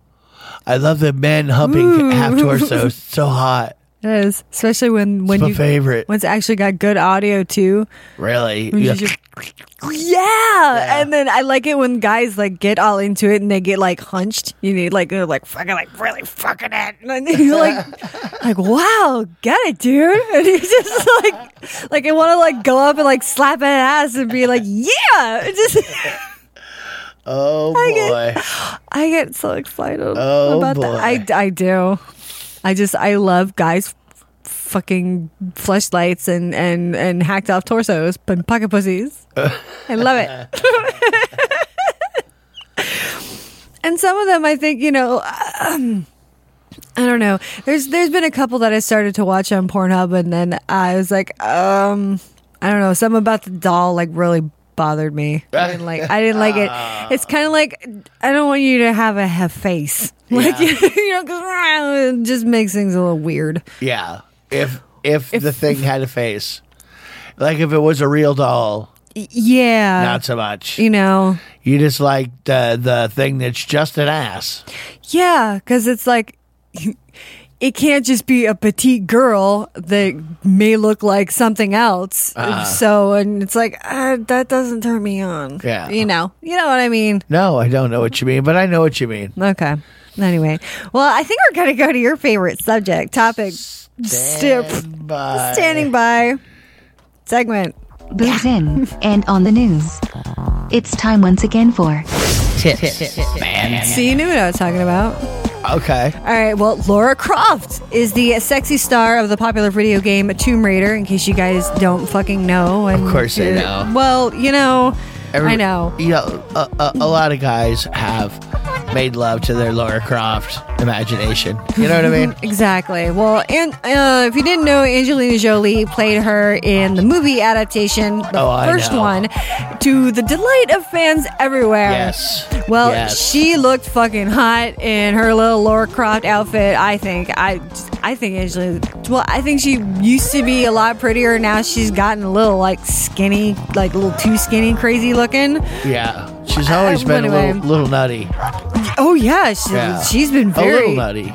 [SPEAKER 6] I love the men humping
[SPEAKER 5] Mm.
[SPEAKER 6] half torso. It's so hot.
[SPEAKER 5] It is, especially when when
[SPEAKER 6] my
[SPEAKER 5] you
[SPEAKER 6] favorite.
[SPEAKER 5] When it's actually got good audio too.
[SPEAKER 6] Really?
[SPEAKER 5] When you
[SPEAKER 6] Yeah.
[SPEAKER 5] just- Yeah! and then I like it when guys like get all into it and they get like hunched. You need like they're like fucking like really fucking it, and then you're like like wow, get it, dude. And you just like like I want to like go up and like slap an ass and be like yeah. It just
[SPEAKER 6] Oh boy.
[SPEAKER 5] I get so excited
[SPEAKER 6] Oh,
[SPEAKER 5] about
[SPEAKER 6] boy.
[SPEAKER 5] that. I I do. I just I love guys. f- Fucking fleshlights and and and hacked off torsos and pocket pussies. I love it. and some of them i think you know um, i don't know there's there's been a couple that i started to watch on pornhub and then i was like um i don't know something about the doll like really bothered me i didn't like i didn't like it it's kind of like i don't want you to have a have face like you know 'cause ah, it just makes things a little weird
[SPEAKER 6] Yeah. If, if the thing had a face, like if it was a real doll,
[SPEAKER 5] Y- yeah
[SPEAKER 6] not so much.
[SPEAKER 5] you know
[SPEAKER 6] You just like the the thing that's just an ass.
[SPEAKER 5] Yeah, because it's like it can't just be a petite girl that may look like something else. So, and it's like uh, that doesn't turn me on.
[SPEAKER 6] Yeah.
[SPEAKER 5] you know, you know what I mean.
[SPEAKER 6] No, I don't know what you mean, but I know what you mean.
[SPEAKER 5] Okay. Anyway, well, I think we're gonna go to your favorite subject topic. Stip
[SPEAKER 6] Bye.
[SPEAKER 5] standing by segment.
[SPEAKER 2] Booze in and on the news. It's time once again for
[SPEAKER 5] See, you knew what I was talking about.
[SPEAKER 6] Okay.
[SPEAKER 5] All right. Well, Laura Croft is the sexy star of the popular video game Tomb Raider. In case you guys don't fucking know, and
[SPEAKER 6] Of course they
[SPEAKER 5] uh,
[SPEAKER 6] know.
[SPEAKER 5] Well, you know,
[SPEAKER 6] Every-
[SPEAKER 5] I know.
[SPEAKER 6] You know, a, a, a lot of guys have made love to their Laura Croft imagination. You know what I mean?
[SPEAKER 5] Exactly. Well, and uh, if you didn't know, Angelina Jolie played her in the movie adaptation, the
[SPEAKER 6] Oh, I
[SPEAKER 5] first
[SPEAKER 6] know.
[SPEAKER 5] one, to the delight of fans everywhere.
[SPEAKER 6] Yes.
[SPEAKER 5] Well,
[SPEAKER 6] Yes.
[SPEAKER 5] she looked fucking hot in her little Laura Croft outfit. I think I, I think Angelina. Well, I think she used to be a lot prettier. Now she's gotten a little like skinny, like a little too skinny, crazy looking.
[SPEAKER 6] Yeah. She's always been a
[SPEAKER 5] anyway.
[SPEAKER 6] little, little nutty.
[SPEAKER 5] Oh yeah, she,
[SPEAKER 6] Yeah.
[SPEAKER 5] she's been
[SPEAKER 6] A little
[SPEAKER 5] very.
[SPEAKER 6] nutty.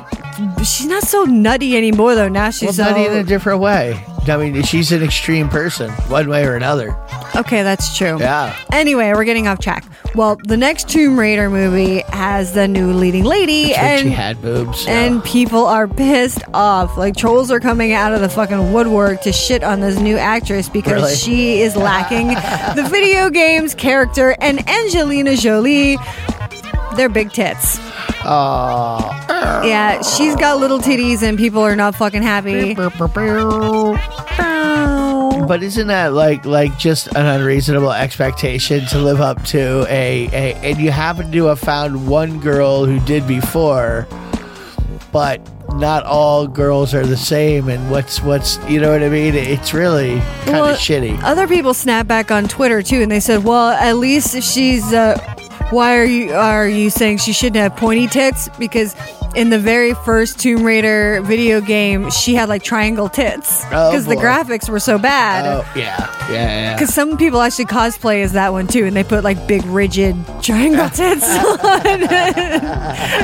[SPEAKER 5] she's not so nutty anymore though. Now she's
[SPEAKER 6] well, nutty
[SPEAKER 5] so-
[SPEAKER 6] in a different way. I mean, she's an extreme person, one way or another.
[SPEAKER 5] Okay, that's true.
[SPEAKER 6] Yeah.
[SPEAKER 5] Anyway, we're getting off track. Well, the next Tomb Raider movie has the new leading lady,
[SPEAKER 6] That's when
[SPEAKER 5] and
[SPEAKER 6] she had boobs. so-
[SPEAKER 5] and people are pissed off. Like trolls are coming out of the fucking woodwork to shit on this new actress because
[SPEAKER 6] Really?
[SPEAKER 5] she is lacking the video games character and Angelina Jolie. They're big tits.
[SPEAKER 6] Aw.
[SPEAKER 5] Yeah, she's got little titties, and people are not fucking happy.
[SPEAKER 6] But isn't that like like just an unreasonable expectation to live up to a, a and you happen to have found one girl who did before, but not all girls are the same and what's what's you know what I mean? It's really kind of
[SPEAKER 5] Well, uh,
[SPEAKER 6] shitty.
[SPEAKER 5] Other people snapped back on Twitter too, and they said, "Well, at least if she's, uh, why are you are you saying she shouldn't have pointy tits? Because in the very first Tomb Raider video game, she had like triangle tits
[SPEAKER 6] Oh,
[SPEAKER 5] because the
[SPEAKER 6] boy.
[SPEAKER 5] graphics were so bad."
[SPEAKER 6] Oh yeah, yeah, yeah.
[SPEAKER 5] Because some people actually cosplay as that one too, and they put like big rigid triangle tits on.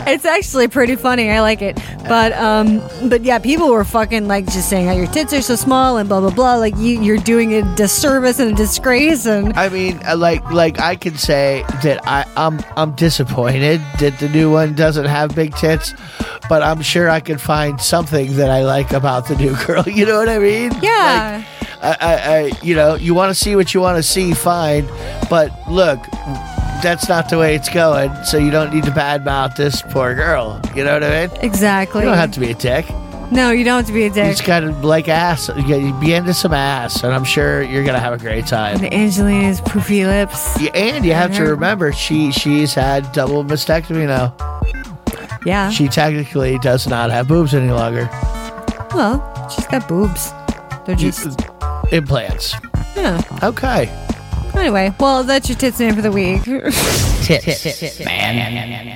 [SPEAKER 5] it's actually pretty funny. I like it. But um, but yeah, people were fucking like just saying how your tits are so small and blah blah blah. Like you, you're doing a disservice and a disgrace. And
[SPEAKER 6] I mean, uh, like, like I can say that I, I'm, I'm disappointed that the new one doesn't have big tits, but I'm sure I can find something that I like about the new girl. You know what I mean?
[SPEAKER 5] Yeah.
[SPEAKER 6] Like, I, I, I, you know, you want to see what you want to see, fine, but look, that's not the way it's going. So you don't need to badmouth this poor girl. You know what I mean?
[SPEAKER 5] exactly.
[SPEAKER 6] You don't have to be a dick.
[SPEAKER 5] no, you don't have to be a
[SPEAKER 6] You
[SPEAKER 5] dick.
[SPEAKER 6] just gotta like ass. You gotta be into some ass, and I'm sure you're gonna have a great time.
[SPEAKER 5] And Angelina's poofy lips.
[SPEAKER 6] Yeah, and you have to
[SPEAKER 5] Yeah.
[SPEAKER 6] remember she she's had double mastectomy now.
[SPEAKER 5] Yeah.
[SPEAKER 6] She technically does not have boobs any longer.
[SPEAKER 5] well, she's got boobs. They're just
[SPEAKER 6] Implants.
[SPEAKER 5] yeah.
[SPEAKER 6] Okay.
[SPEAKER 5] Anyway, well, that's your tits name for the week.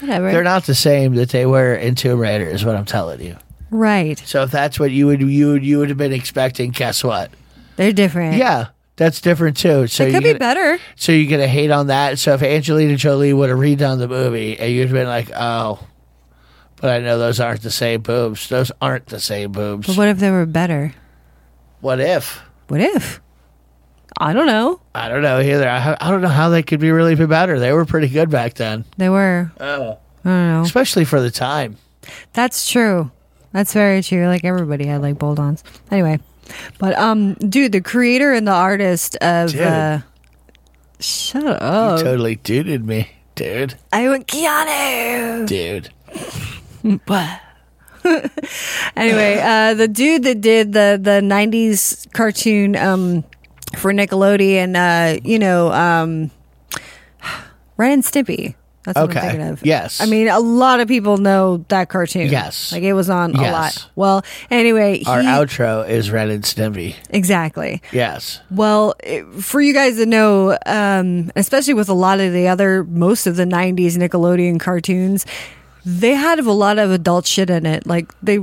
[SPEAKER 5] Whatever.
[SPEAKER 6] They're not the same that they were in Tomb Raider, is what I'm telling you.
[SPEAKER 5] right.
[SPEAKER 6] So if that's what you would you would you would have been expecting, guess what?
[SPEAKER 5] They're different.
[SPEAKER 6] Yeah. That's different too. So
[SPEAKER 5] It
[SPEAKER 6] you're
[SPEAKER 5] could be
[SPEAKER 6] gonna-
[SPEAKER 5] better.
[SPEAKER 6] So you're gonna hate on that. So if Angelina Jolie would have redone the movie and you'd have been like, Oh, but I know those aren't the same boobs. Those aren't the same boobs.
[SPEAKER 5] But what if they were better?
[SPEAKER 6] what if?
[SPEAKER 5] What if? I don't know.
[SPEAKER 6] I don't know either. I, I don't know how they could be really be better. They were pretty good back then,
[SPEAKER 5] They were. Oh. I don't know.
[SPEAKER 6] especially for the time.
[SPEAKER 5] That's true. That's very true. Like everybody had like bolt-ons. Anyway, but um, dude, the creator and the artist of
[SPEAKER 6] Dude.
[SPEAKER 5] uh, shut up.
[SPEAKER 6] Totally duded me, dude,
[SPEAKER 5] I went Keanu.
[SPEAKER 6] dude.
[SPEAKER 5] What? anyway, uh, the dude that did the the '90s cartoon um, for Nickelodeon, uh, you know, um, Ren and Stimpy. That's what
[SPEAKER 6] Okay.
[SPEAKER 5] I'm thinking of.
[SPEAKER 6] Yes.
[SPEAKER 5] I mean, a lot of people know that cartoon.
[SPEAKER 6] Yes.
[SPEAKER 5] like it was on a
[SPEAKER 6] Yes.
[SPEAKER 5] lot. Well, anyway, he,
[SPEAKER 6] Our outro is Ren and Stimpy.
[SPEAKER 5] exactly.
[SPEAKER 6] Yes,
[SPEAKER 5] Well, it- for you guys to know, um, especially with a lot of the other, most of the 90s Nickelodeon cartoons, they had a lot of adult shit in it. Like, they,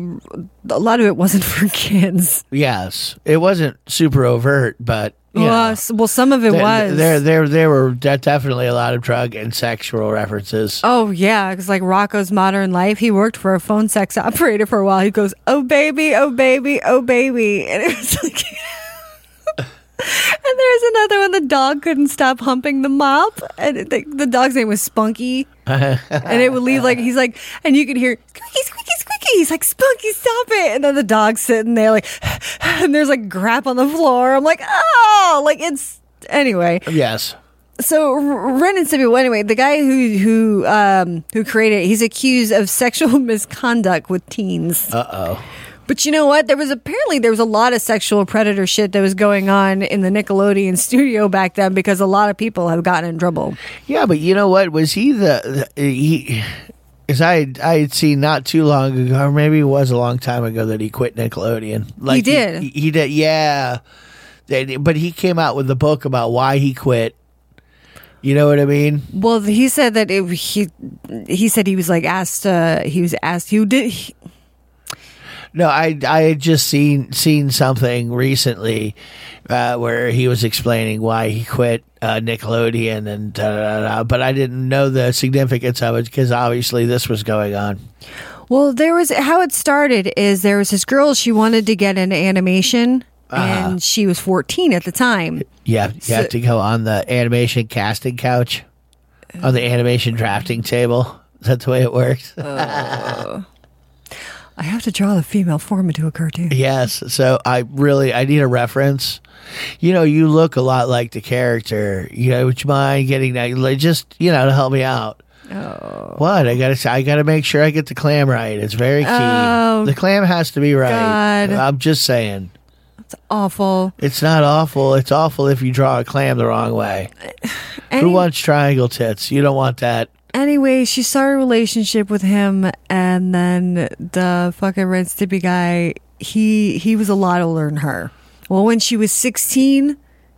[SPEAKER 5] a lot of it wasn't for kids.
[SPEAKER 6] yes. It wasn't super overt, but you
[SPEAKER 5] Well,
[SPEAKER 6] know,
[SPEAKER 5] s- well, some of it
[SPEAKER 6] there,
[SPEAKER 5] was.
[SPEAKER 6] There, there, there were de- definitely a lot of drug and sexual references.
[SPEAKER 5] Oh yeah, because like Rocco's Modern Life, he worked for a phone sex operator for a while. He goes, "Oh baby, oh baby, oh baby," and it was like. and there's another one. The dog couldn't stop humping the mop, and it, the, the dog's name was Spunky. and it would leave like he's like, and you could hear squeaky, squeaky, squeaky. He's like, Spunky, stop it! And then the dog's sitting there like, and there's like crap on the floor. I'm like, oh, like it's anyway
[SPEAKER 6] Yes,
[SPEAKER 5] so R- Ren and Stimpy. Well, anyway, the guy who who um, who created it, he's accused of sexual misconduct with teens. Uh oh. But you know what? There was apparently there was a lot of sexual predator shit that was going on in the Nickelodeon studio back then because a lot of people have gotten in trouble.
[SPEAKER 6] Yeah, but you know what? Was he the, the he? Because I I had seen not too long ago, or maybe it was a long time ago that he quit Nickelodeon. Like
[SPEAKER 5] did.
[SPEAKER 6] He, he did. Yeah. They- But he came out with a book about why he quit. You know what I mean?
[SPEAKER 5] Well, he said that it, he he said he was like asked uh, he was asked you did he,
[SPEAKER 6] No, I I had just seen seen something recently uh, where he was explaining why he quit uh, Nickelodeon and da, da, da, da, but I didn't know the significance of it because obviously this was going on.
[SPEAKER 5] Well, there was how it started is there was this girl she wanted to get into animation and she was 14 at the time.
[SPEAKER 6] Yeah, you have to go on the animation casting couch, on the animation drafting table. Is that the way it works?
[SPEAKER 5] I have to draw the female form into a cartoon.
[SPEAKER 6] yes. So I really I need a reference. You know, you look a lot like the character. You know, would you mind getting that? like, Just you know, to help me out. Oh. What I gotta say, I gotta make sure I get the clam right. It's very key.
[SPEAKER 5] Oh,
[SPEAKER 6] the clam has to be right.
[SPEAKER 5] God.
[SPEAKER 6] I'm just saying,
[SPEAKER 5] Awful.
[SPEAKER 6] it's not awful. It's awful if you draw a clam the wrong way. Who
[SPEAKER 5] Any-
[SPEAKER 6] wants triangle tits? You don't want that.
[SPEAKER 5] anyway, she started a relationship with him and then the fucking red stippy guy, he he was a lot older than her. Well, when she was 16,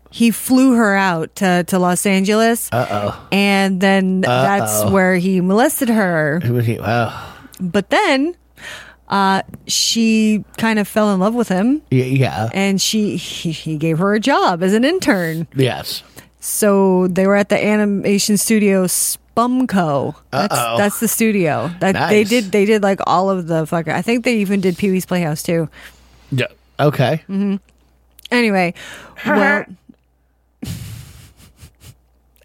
[SPEAKER 5] he flew her out to, to Los Angeles.
[SPEAKER 6] Uh-oh.
[SPEAKER 5] And then that's where he molested her.
[SPEAKER 6] Who would he? uh, Wow.
[SPEAKER 5] But then uh, she kind of fell in love with him
[SPEAKER 6] Y- Yeah.
[SPEAKER 5] and she he, he gave her a job as an intern.
[SPEAKER 6] Yes.
[SPEAKER 5] So they were at the animation studio Spumco. That's
[SPEAKER 6] Uh-oh.
[SPEAKER 5] that's the studio. That they
[SPEAKER 6] Nice.
[SPEAKER 5] did they did like all of the fucker. I think they even did Pee Wee's Playhouse too.
[SPEAKER 6] Yeah. Okay.
[SPEAKER 5] Mm-hmm. Anyway, well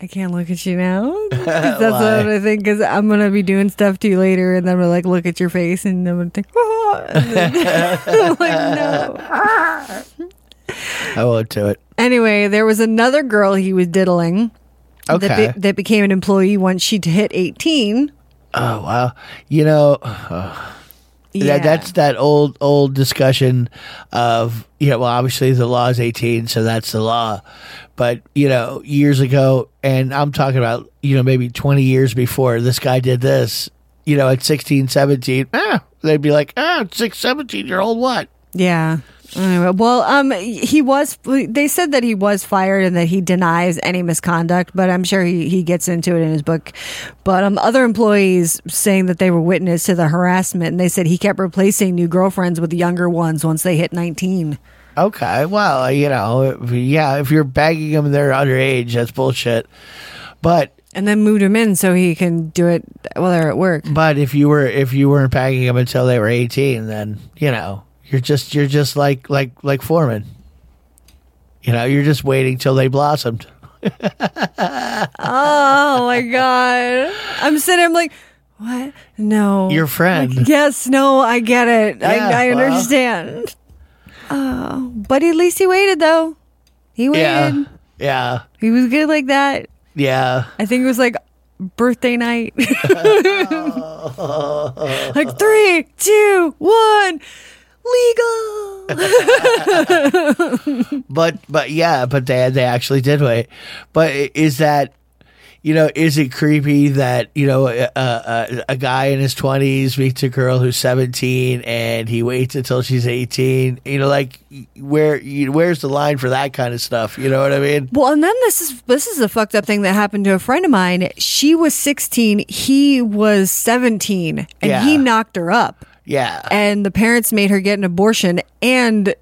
[SPEAKER 5] I can't look at you now. 'Cause That's
[SPEAKER 6] Why?
[SPEAKER 5] what I think. Because I'm gonna be doing stuff to you later, and then I'm gonna like look at your face, and I'm gonna think, oh, like no.
[SPEAKER 6] I won't do it.
[SPEAKER 5] Anyway, there was another girl he was diddling
[SPEAKER 6] Okay.
[SPEAKER 5] that, be- that became an employee once she'd hit 18.
[SPEAKER 6] oh wow. You know
[SPEAKER 5] Yeah.
[SPEAKER 6] that, that's that old old discussion of you know well obviously the law is eighteen so that's the law, but you know years ago and I'm talking about you know maybe twenty years before this guy did this you know at 16, 17, ah, they'd be like ah six seventeen year old what
[SPEAKER 5] Yeah. Anyway, well, um, he was. They said that he was fired and that he denies any misconduct, but I'm sure he, he gets into it in his book. But um, other employees saying that they were witness to the harassment, and they said he kept replacing new girlfriends with younger ones once they hit 19.
[SPEAKER 6] Okay, well, you know, if- yeah, if you're bagging them and they're underage, that's bullshit. But
[SPEAKER 5] And then moved him in so he can do it while they're at work.
[SPEAKER 6] but if you were if you weren't bagging them until they were 18, then, you know, you're just you're just like like like Foreman. You know, you're just waiting till they blossomed.
[SPEAKER 5] Oh my god! I'm sitting. I'm like, what? No,
[SPEAKER 6] Your friend.
[SPEAKER 5] Yes, no, I get it.
[SPEAKER 6] Yeah,
[SPEAKER 5] I, I
[SPEAKER 6] well.
[SPEAKER 5] understand. Oh, but at least he waited, though. He waited.
[SPEAKER 6] yeah. Yeah.
[SPEAKER 5] He was good like that.
[SPEAKER 6] Yeah.
[SPEAKER 5] I think it was like birthday night. like three, two, one, legal.
[SPEAKER 6] But but yeah, but they they actually did wait. But i- is that you know is it creepy that you know a, a, a guy in his twenties meets a girl who's seventeen and he waits until she's eighteen? You know, like where you, where's the line for that kind of stuff? You know what I mean?
[SPEAKER 5] Well, and then this is this is a fucked up thing that happened to a friend of mine. She was 16, he was 17, and
[SPEAKER 6] Yeah.
[SPEAKER 5] he knocked her up.
[SPEAKER 6] Yeah,
[SPEAKER 5] and the parents made her get an abortion and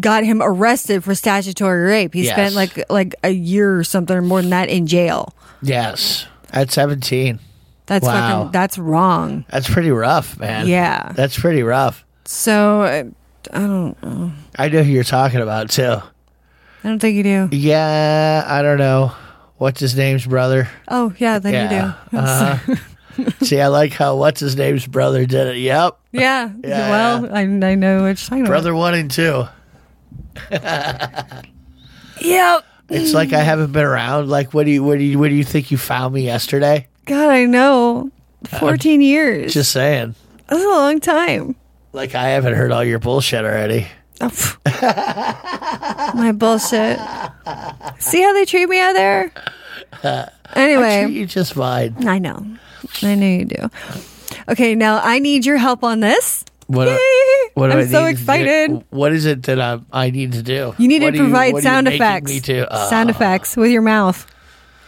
[SPEAKER 5] got him arrested for statutory rape. He
[SPEAKER 6] Yes.
[SPEAKER 5] spent like like a year or something or more than that in jail.
[SPEAKER 6] yes. At seventeen,
[SPEAKER 5] That's
[SPEAKER 6] Wow.
[SPEAKER 5] fucking that's wrong.
[SPEAKER 6] that's pretty rough, man.
[SPEAKER 5] Yeah.
[SPEAKER 6] that's pretty rough.
[SPEAKER 5] So uh, I, I don't
[SPEAKER 6] I know who you're talking about too.
[SPEAKER 5] I don't think you do.
[SPEAKER 6] Yeah, I don't know what's his name's brother. Uh-huh.
[SPEAKER 5] Oh yeah, then you do.
[SPEAKER 6] See, I like how what's his name's brother did it. Yep,
[SPEAKER 5] Yeah.
[SPEAKER 6] Yeah,
[SPEAKER 5] well, I I know what you're talking
[SPEAKER 6] brother one and two.
[SPEAKER 5] about. Yep.
[SPEAKER 6] It's like I haven't been around. Like, what do you, what do you, what do you think you found me yesterday?
[SPEAKER 5] God, I know. 14 years.
[SPEAKER 6] Uh, Just saying.
[SPEAKER 5] That's a long time. Oh,
[SPEAKER 6] Like I haven't heard all your bullshit already.
[SPEAKER 5] My bullshit. See how they treat me out there? Anyway.
[SPEAKER 6] Treat you just fine.
[SPEAKER 5] I know. I know you do. Okay, now I need your help on this.
[SPEAKER 6] What?
[SPEAKER 5] Yay!
[SPEAKER 6] what do I
[SPEAKER 5] I'm
[SPEAKER 6] need to
[SPEAKER 5] so
[SPEAKER 6] do?
[SPEAKER 5] excited.
[SPEAKER 6] What is it that I, I need to do?
[SPEAKER 5] You need
[SPEAKER 6] What
[SPEAKER 5] to
[SPEAKER 6] are
[SPEAKER 5] provide
[SPEAKER 6] what are
[SPEAKER 5] sound
[SPEAKER 6] making
[SPEAKER 5] effects.
[SPEAKER 6] Me to, uh,
[SPEAKER 5] sound effects with your mouth.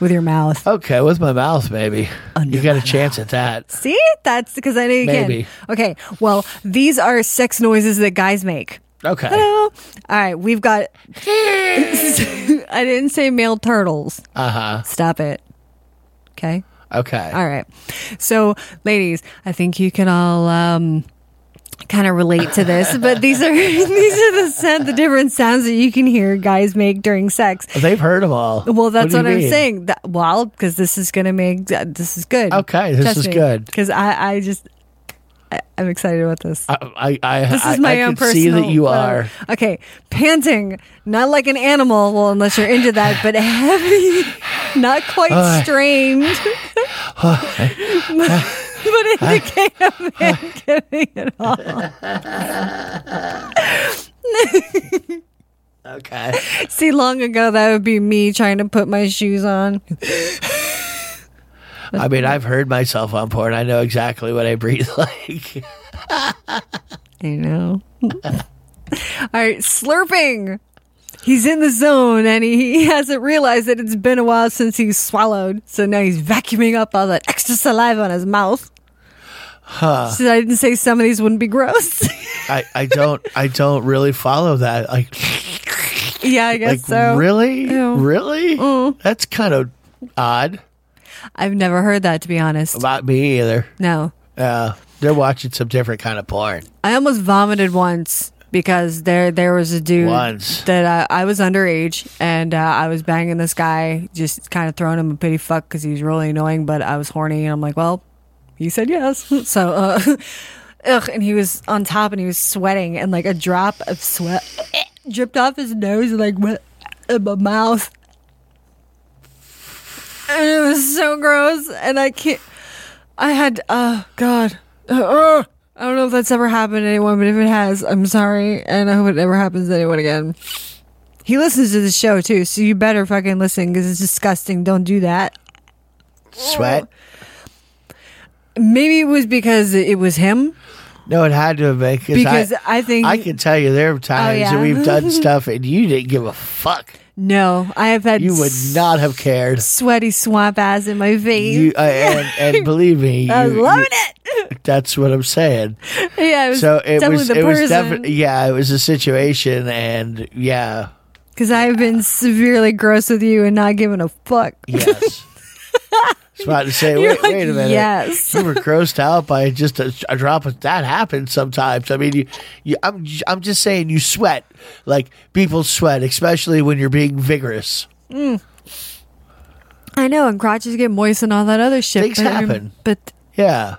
[SPEAKER 5] With your mouth.
[SPEAKER 6] Okay, with my mouth, maybe. you got a chance at that.
[SPEAKER 5] See? That's because I know you
[SPEAKER 6] Maybe.
[SPEAKER 5] can. Okay. Well, these are sex noises that guys make.
[SPEAKER 6] Okay.
[SPEAKER 5] Hello. All right, we've got I didn't say male turtles.
[SPEAKER 6] Uh huh.
[SPEAKER 5] Stop it. Okay.
[SPEAKER 6] Okay.
[SPEAKER 5] All right. So, ladies, I think you can all um, kind of relate to this, but these are these are the sound, the different sounds that you can hear guys make during sex.
[SPEAKER 6] They've heard them all.
[SPEAKER 5] Well, that's
[SPEAKER 6] do
[SPEAKER 5] what,
[SPEAKER 6] you
[SPEAKER 5] I'm
[SPEAKER 6] mean?
[SPEAKER 5] saying. That, well, because this is going to make uh, this is good.
[SPEAKER 6] Okay, this is good.
[SPEAKER 5] Because I, I just I, I'm excited about this.
[SPEAKER 6] I, I, I,
[SPEAKER 5] This
[SPEAKER 6] I-
[SPEAKER 5] is my
[SPEAKER 6] I
[SPEAKER 5] own
[SPEAKER 6] can
[SPEAKER 5] personal.
[SPEAKER 6] see that you
[SPEAKER 5] whatever.
[SPEAKER 6] are
[SPEAKER 5] okay. Panting, not like an animal. Well, unless you're into that, but heavy, not quite strained. but but indicate a man getting it all.
[SPEAKER 6] okay.
[SPEAKER 5] See, long ago that would be me trying to put my shoes on.
[SPEAKER 6] I mean, I've heard myself on porn. I know exactly what I breathe like.
[SPEAKER 5] I know. All right, slurping. He's in the zone and he, he hasn't realized that it's been a while since he's swallowed. So now he's vacuuming up all that extra saliva in his mouth. Huh. So I didn't say some of these wouldn't be gross.
[SPEAKER 6] I, I don't I don't really follow that. Like
[SPEAKER 5] yeah, I guess
[SPEAKER 6] like
[SPEAKER 5] so. Mm.
[SPEAKER 6] really
[SPEAKER 5] Ew.
[SPEAKER 6] really that's kind of odd.
[SPEAKER 5] I've never heard that, to be honest.
[SPEAKER 6] Not me either.
[SPEAKER 5] No.
[SPEAKER 6] Uh, they're watching some different kind of porn.
[SPEAKER 5] I almost vomited once because there there was a dude
[SPEAKER 6] Once.
[SPEAKER 5] that I, I was underage and uh, I was banging this guy, just kind of throwing him a pity fuck because he was really annoying, but I was horny and I'm like, well, he said yes, so. Uh, Ugh, and he was on top and he was sweating and like a drop of sweat dripped off his nose and like went in my mouth. And it was so gross and I can't I had, oh God, oh, I don't know if that's ever happened to anyone, but if it has, I'm sorry, and I hope it never happens to anyone again. He listens to the show too, so you better fucking listen because it's disgusting. Don't do that.
[SPEAKER 6] Sweat?
[SPEAKER 5] Maybe it was because it was him.
[SPEAKER 6] No, it had to have been
[SPEAKER 5] Because
[SPEAKER 6] I,
[SPEAKER 5] I think- Oh,
[SPEAKER 6] I can tell you there are times
[SPEAKER 5] yeah.
[SPEAKER 6] that we've done stuff and you didn't give a fuck.
[SPEAKER 5] No, I have had
[SPEAKER 6] You would not have cared.
[SPEAKER 5] sweaty swamp ass in my face.
[SPEAKER 6] You uh, and, and believe me, you,
[SPEAKER 5] I was
[SPEAKER 6] you-
[SPEAKER 5] loving it.
[SPEAKER 6] that's what I'm saying.
[SPEAKER 5] yeah, it was
[SPEAKER 6] so it
[SPEAKER 5] definitely
[SPEAKER 6] was
[SPEAKER 5] the
[SPEAKER 6] it was
[SPEAKER 5] person.
[SPEAKER 6] definitely yeah it was a situation and yeah
[SPEAKER 5] Because I've been severely gross with you and not giving a fuck.
[SPEAKER 6] yes. I was about to say,
[SPEAKER 5] You're
[SPEAKER 6] wait,
[SPEAKER 5] like,
[SPEAKER 6] wait a minute.
[SPEAKER 5] yes.
[SPEAKER 6] you were grossed out by just a, a drop of that happens sometimes. I mean, you, you, I'm, I'm just saying, you sweat like people sweat, especially when you're being vigorous.
[SPEAKER 5] I know, and crotches get moist and all that other shit.
[SPEAKER 6] Things
[SPEAKER 5] but I rem-
[SPEAKER 6] happen.
[SPEAKER 5] But
[SPEAKER 6] Yeah,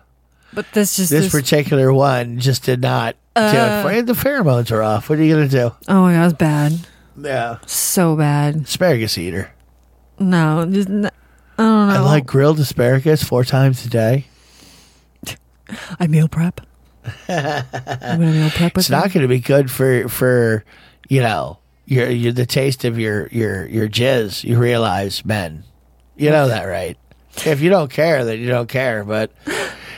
[SPEAKER 5] but this just
[SPEAKER 6] this
[SPEAKER 5] this- Uh,
[SPEAKER 6] particular one just did not do it. for you. The pheromones are off. What are you gonna do?
[SPEAKER 5] Oh my god, it was bad.
[SPEAKER 6] Yeah,
[SPEAKER 5] So bad.
[SPEAKER 6] asparagus eater.
[SPEAKER 5] No, just n-
[SPEAKER 6] I like grilled asparagus four times a day.
[SPEAKER 5] I meal prep. I'm gonna meal prep with
[SPEAKER 6] it's not
[SPEAKER 5] them.
[SPEAKER 6] going to be good for for you know your, your the taste of your your your jizz. You realize, men, you know that, right? If you don't care, then you don't care. But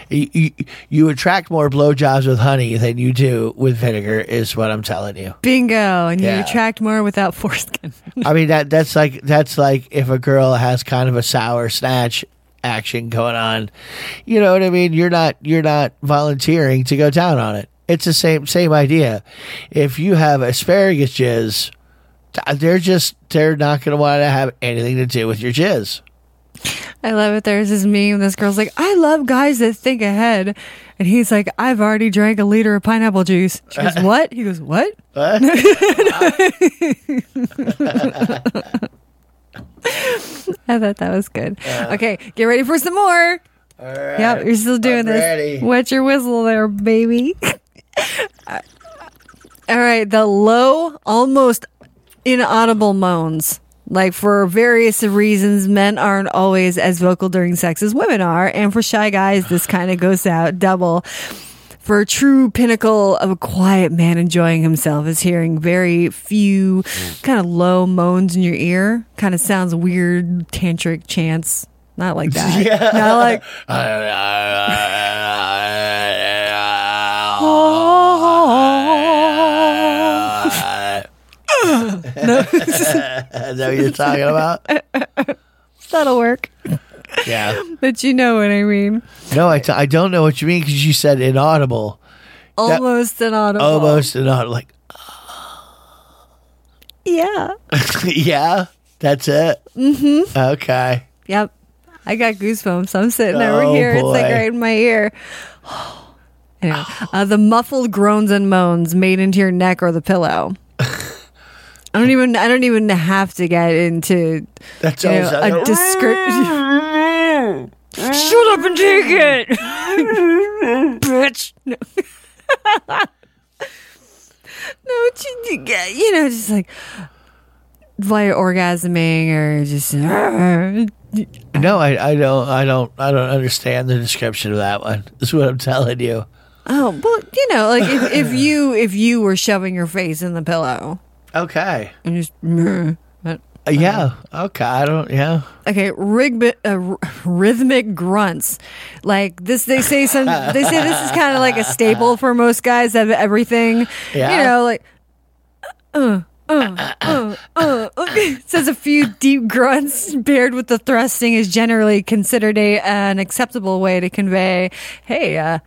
[SPEAKER 6] you, you, you attract more blowjobs with honey than you do with vinegar, is what I'm telling you.
[SPEAKER 5] bingo, and you
[SPEAKER 6] Yeah.
[SPEAKER 5] attract more without foreskin.
[SPEAKER 6] I mean that that's like that's like if a girl has kind of a sour snatch action going on, you know what I mean. You're not you're not volunteering to go down on it. It's the same same idea. If you have asparagus jizz, th- they're just they're not going to want to have anything to do with your jizz.
[SPEAKER 5] I love it. There's this meme. This girl's like, I love guys that think ahead, and he's like, I've already drank a liter of pineapple juice. She goes, What? He goes, What? I thought that was good. okay, get ready for some more. Yep, you're still doing
[SPEAKER 6] Uh. I'm
[SPEAKER 5] this.
[SPEAKER 6] ready.
[SPEAKER 5] What's your whistle there, baby? All right, the low, almost inaudible moans. Like for various reasons, men aren't always as vocal during sex as women are, and for shy guys, this kind of goes out double. For a true pinnacle of a quiet man enjoying himself is hearing very few kind of low moans in your ear. Kind of sounds weird, tantric chants. Not like that.
[SPEAKER 6] Yeah.
[SPEAKER 5] Not like, oh.
[SPEAKER 6] Is that what you're talking about?
[SPEAKER 5] That'll work.
[SPEAKER 6] Yeah.
[SPEAKER 5] But you know what I mean.
[SPEAKER 6] No, I, t- I don't know what you mean because you said inaudible.
[SPEAKER 5] Almost inaudible.
[SPEAKER 6] Almost
[SPEAKER 5] Oh.
[SPEAKER 6] inaudible. Like,
[SPEAKER 5] Yeah.
[SPEAKER 6] yeah, that's it. Mm-hmm. Okay.
[SPEAKER 5] Yep. I got goosebumps. I'm sitting over
[SPEAKER 6] Oh,
[SPEAKER 5] here. It's like
[SPEAKER 6] boy. Oh.
[SPEAKER 5] right in my ear. Anyway, uh, the muffled groans and moans made into your neck or the pillow. I don't even. I don't even have to get into
[SPEAKER 6] That's
[SPEAKER 5] you
[SPEAKER 6] all.
[SPEAKER 5] know, a description. Shut up and take it, bitch. No, no, you, you get- you know, just like via orgasming or just.
[SPEAKER 6] no, I, I don't. I don't. I don't understand the description of that one. That's what I'm telling you.
[SPEAKER 5] Oh well, you know, like if, if you if you were shoving your face in the pillow
[SPEAKER 6] Okay.
[SPEAKER 5] and just "Meh," but-
[SPEAKER 6] Uh, Yeah. Okay. I don't. Yeah.
[SPEAKER 5] okay, rhythmic uh, r- rhythmic grunts like this. They say some. They say this is kind of like a staple for most guys of everything.
[SPEAKER 6] Yeah.
[SPEAKER 5] You know, like uh, uh, uh, uh, uh. says a few deep grunts paired with the thrusting is generally considered a an acceptable way to convey, hey, uh,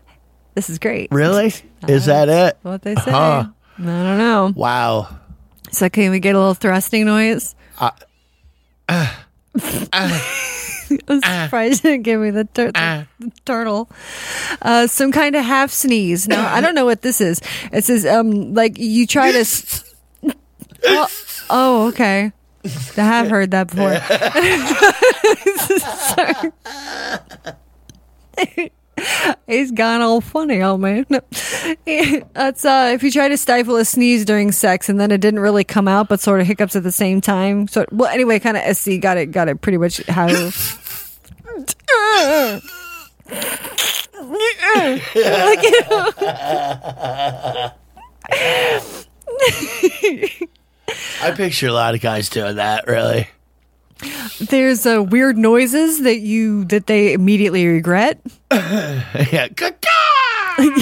[SPEAKER 5] this is great.
[SPEAKER 6] Really? Is that it?
[SPEAKER 5] What they say.
[SPEAKER 6] Huh.
[SPEAKER 5] I don't know.
[SPEAKER 6] Wow.
[SPEAKER 5] So can we get a little thrusting noise? I'm surprised you didn't give me the, tur- the- the turtle. Uh, some kind of half sneeze. Now I don't know what this is. It says um like you try to. s- oh, oh, okay. I have heard that before. He's gone all funny, all man. That's uh, if you try to stifle a sneeze during sex and then it didn't really come out, but sort of hiccups at the same time. So, well, anyway, kind of SC got it, got it pretty much how. Like, you know.
[SPEAKER 6] I picture a lot of guys doing that. Really.
[SPEAKER 5] There's uh, weird noises that you that they immediately regret.
[SPEAKER 6] yeah. Caca!
[SPEAKER 5] And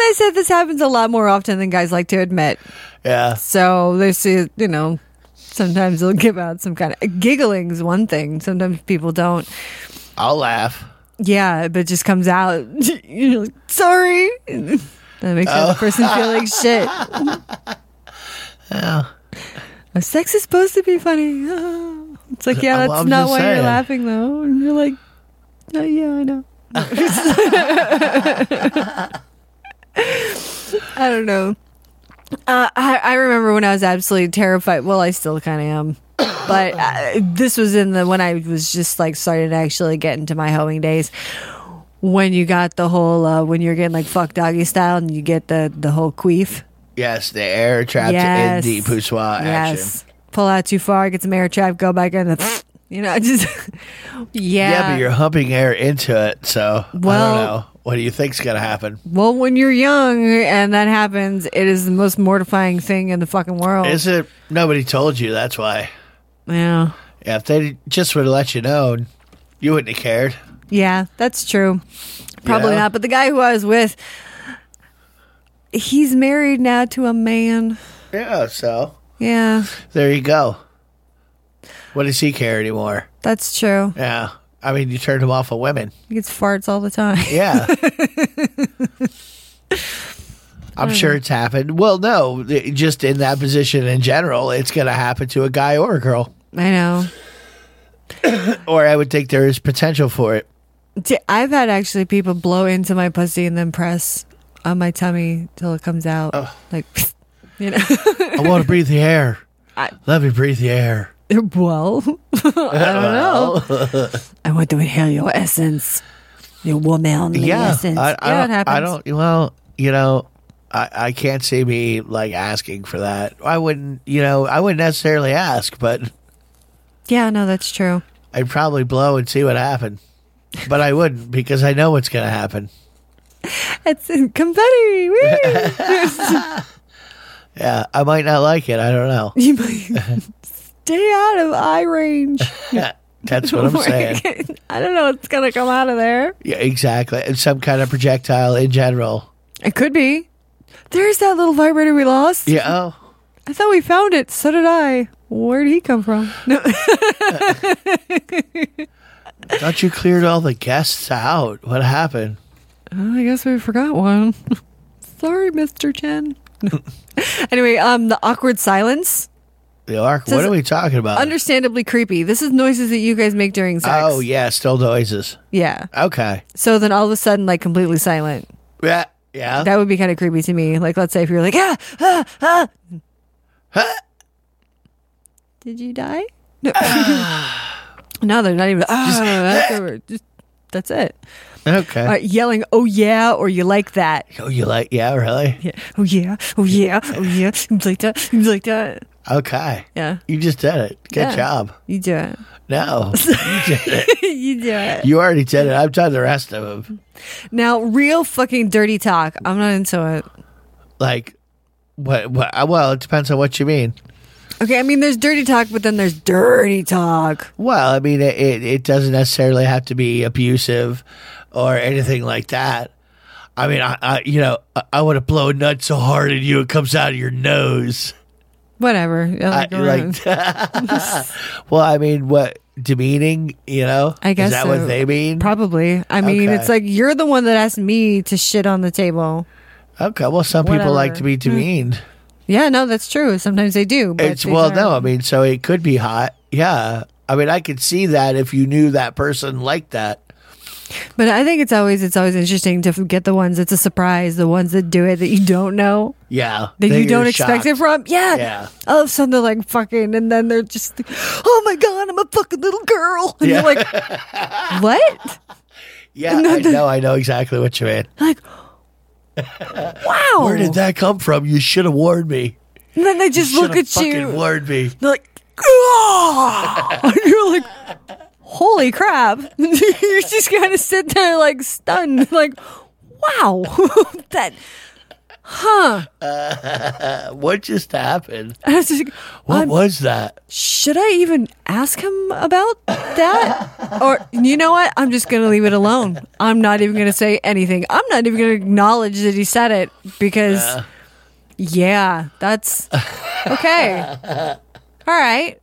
[SPEAKER 5] they said this happens a lot more often than guys like to admit.
[SPEAKER 6] yeah.
[SPEAKER 5] So they see, you know, sometimes they'll give out some kind of giggling's one thing. Sometimes people don't.
[SPEAKER 6] I'll laugh.
[SPEAKER 5] Yeah, but it just comes out. You're like, sorry. That makes the other person feel like shit. Oh. Sex is supposed to be funny. Oh. It's like, yeah,
[SPEAKER 6] Well,
[SPEAKER 5] that's
[SPEAKER 6] I'm
[SPEAKER 5] not
[SPEAKER 6] just
[SPEAKER 5] why you're
[SPEAKER 6] saying.
[SPEAKER 5] laughing, though. And you're like, oh, yeah, I know. I don't know. Uh, I, I remember when I was absolutely terrified. Well, I still kind of am. But uh this was in the when I was just like starting to actually get into my hoeing days. When you got the whole uh, when you're getting like fuck doggy style and you get the the whole queef.
[SPEAKER 6] Yes. The air trapped
[SPEAKER 5] Yes.
[SPEAKER 6] in the poussoir action.
[SPEAKER 5] Pull out too far, get some air trap, go back in the you know, just yeah.
[SPEAKER 6] Yeah. but you're humping air into it. So I
[SPEAKER 5] Well-
[SPEAKER 6] don't know. What do you think's gonna happen?
[SPEAKER 5] well, when you're young and that happens, it is the most mortifying thing in the fucking world.
[SPEAKER 6] Is it nobody told you? That's why.
[SPEAKER 5] yeah.
[SPEAKER 6] Yeah, if they just would have let you know, you wouldn't have cared.
[SPEAKER 5] Yeah, that's true. Probably
[SPEAKER 6] Yeah.
[SPEAKER 5] not. But the guy who I was with, he's married now to a man.
[SPEAKER 6] Yeah, so
[SPEAKER 5] Yeah,
[SPEAKER 6] there you go. What does he care anymore?
[SPEAKER 5] that's true.
[SPEAKER 6] Yeah, I mean, you turned him off of women.
[SPEAKER 5] He gets farts all the time.
[SPEAKER 6] Yeah. I'm sure it's happened. Well, no, it- just in that position in general, it's going to happen to a guy or a girl.
[SPEAKER 5] I know.
[SPEAKER 6] Or I would think there is potential for it.
[SPEAKER 5] D- I've had actually people blow into my pussy and then press on my tummy till it comes out. Like, you know,
[SPEAKER 6] I want to breathe the air. Let me breathe the air.
[SPEAKER 5] well, I don't know. I want to inhale your essence, your womanly
[SPEAKER 6] yeah,
[SPEAKER 5] essence.
[SPEAKER 6] I, I
[SPEAKER 5] yeah, it
[SPEAKER 6] don't,
[SPEAKER 5] happens.
[SPEAKER 6] I don't. Well, you know, I, I can't see me like asking for that. I wouldn't. You know, I wouldn't necessarily ask, but
[SPEAKER 5] Yeah, no, that's true.
[SPEAKER 6] I'd probably blow and see what happened. but I wouldn't because I know what's going to happen.
[SPEAKER 5] It's confetti. Woo!
[SPEAKER 6] Yeah, I might not like it. I don't know.
[SPEAKER 5] you might stay out of eye range.
[SPEAKER 6] That's what I'm saying.
[SPEAKER 5] I don't know what's gonna come out of there.
[SPEAKER 6] Yeah, exactly. And some kind of projectile in general.
[SPEAKER 5] It could be. There's that little vibrator we lost.
[SPEAKER 6] Yeah. Oh,
[SPEAKER 5] I thought we found it. So did I. Where did he come from? No.
[SPEAKER 6] thought you cleared all the guests out. What happened?
[SPEAKER 5] Well, I guess we forgot one. Sorry, Mr. Chen. anyway, um, the awkward silence.
[SPEAKER 6] The arc. What
[SPEAKER 5] Says-
[SPEAKER 6] are we talking about?
[SPEAKER 5] Understandably creepy. This is noises that you guys make during sex.
[SPEAKER 6] oh yeah, still noises.
[SPEAKER 5] yeah.
[SPEAKER 6] Okay.
[SPEAKER 5] So then all of a sudden, like completely silent.
[SPEAKER 6] Yeah. Yeah.
[SPEAKER 5] That would be kind of creepy to me. Like, let's say if you were like, ah, ah, ah. Did you die? No. no, they're not even. Ah, that's, over. Just- that's it.
[SPEAKER 6] okay.
[SPEAKER 5] All right, yelling, oh yeah, or you like that.
[SPEAKER 6] Oh, you like? Yeah, really?
[SPEAKER 5] Yeah. Oh yeah. Oh yeah. Oh yeah. You like that. You like that.
[SPEAKER 6] Okay.
[SPEAKER 5] Yeah.
[SPEAKER 6] You just did it. Good
[SPEAKER 5] Yeah.
[SPEAKER 6] job.
[SPEAKER 5] You do it.
[SPEAKER 6] No, you did it.
[SPEAKER 5] you do it.
[SPEAKER 6] You already did it. I've done the rest of them.
[SPEAKER 5] Now, real fucking dirty talk. I'm not into it.
[SPEAKER 6] Like, what? What? uh, Well, it depends on what you mean.
[SPEAKER 5] Okay, I mean, there's dirty talk, but then there's dirty talk.
[SPEAKER 6] Well, I mean, it, it, it doesn't necessarily have to be abusive or anything like that. I mean, I, I you know, I, I want to blow a nut so hard at you it comes out of your nose.
[SPEAKER 5] Whatever. I,
[SPEAKER 6] I,
[SPEAKER 5] like,
[SPEAKER 6] like, well, I mean, what demeaning? You know,
[SPEAKER 5] I guess
[SPEAKER 6] is that
[SPEAKER 5] so.
[SPEAKER 6] what they mean?
[SPEAKER 5] Probably. I mean,
[SPEAKER 6] Okay.
[SPEAKER 5] it's like you're the one that asked me to shit on the table.
[SPEAKER 6] okay, well, some people like to
[SPEAKER 5] Whatever. Hmm.
[SPEAKER 6] be demeaned.
[SPEAKER 5] Yeah, no, that's true. Sometimes they do. But
[SPEAKER 6] It's
[SPEAKER 5] these
[SPEAKER 6] well,
[SPEAKER 5] are-
[SPEAKER 6] no, I mean, so it could be hot. Yeah, I mean, I could see that if you knew that person like that.
[SPEAKER 5] But I think it's always it's always interesting to get the ones that's a surprise, the ones that do it that you don't know
[SPEAKER 6] Yeah,
[SPEAKER 5] that
[SPEAKER 6] then
[SPEAKER 5] you don't
[SPEAKER 6] you're
[SPEAKER 5] expect it
[SPEAKER 6] shocked.
[SPEAKER 5] from. Yeah.
[SPEAKER 6] Yeah.
[SPEAKER 5] All of a sudden they're like fucking, and then they're just, like, oh my god, I'm a fucking little girl, and you're like, what?
[SPEAKER 6] Yeah, I know, I know exactly what you mean.
[SPEAKER 5] Like, wow.
[SPEAKER 6] Where did that come from? You should have warned me.
[SPEAKER 5] And then they just
[SPEAKER 6] Should
[SPEAKER 5] look
[SPEAKER 6] have
[SPEAKER 5] at
[SPEAKER 6] fucking
[SPEAKER 5] you.
[SPEAKER 6] warned me.
[SPEAKER 5] They're like, "Ah!" and you're like, holy crap. you're just kind of sitting there like stunned, like, wow, that.
[SPEAKER 6] What just happened?
[SPEAKER 5] I was just like,
[SPEAKER 6] What
[SPEAKER 5] I'm-
[SPEAKER 6] was that?
[SPEAKER 5] should I even ask him about that? or you know what? I'm just going to leave it alone. I'm not even going to say anything. I'm not even going to acknowledge that he said it because, yeah, that's okay. All right,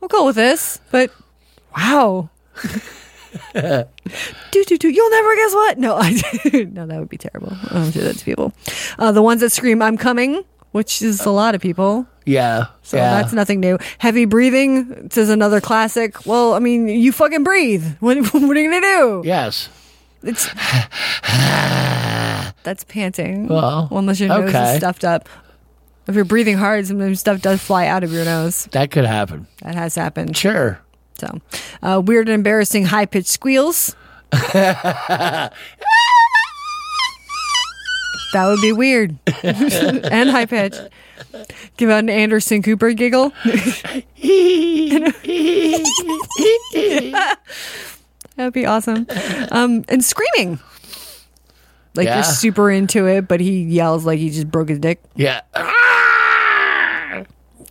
[SPEAKER 5] we'll go with this. But wow. do do do! You'll never guess what. No, I no, that would be terrible. I don't do that to people. Uh, the ones that scream, "I'm coming," which is a lot of people.
[SPEAKER 6] Yeah.
[SPEAKER 5] So
[SPEAKER 6] yeah.
[SPEAKER 5] that's nothing new. Heavy breathing is another classic. Well, I mean, you fucking breathe. What, what are you gonna do?
[SPEAKER 6] yes.
[SPEAKER 5] It's that's panting.
[SPEAKER 6] Well,
[SPEAKER 5] unless your nose
[SPEAKER 6] okay.
[SPEAKER 5] is stuffed up. If you're breathing hard, sometimes stuff does fly out of your nose.
[SPEAKER 6] That could happen.
[SPEAKER 5] That has happened.
[SPEAKER 6] Sure.
[SPEAKER 5] So, uh, weird and embarrassing high pitched squeals. that would be weird and high pitched. Give out an Anderson Cooper giggle. That'd be awesome. Um, and screaming. Like
[SPEAKER 6] Yeah.
[SPEAKER 5] you're super into it, but he yells like he just broke his dick.
[SPEAKER 6] Yeah.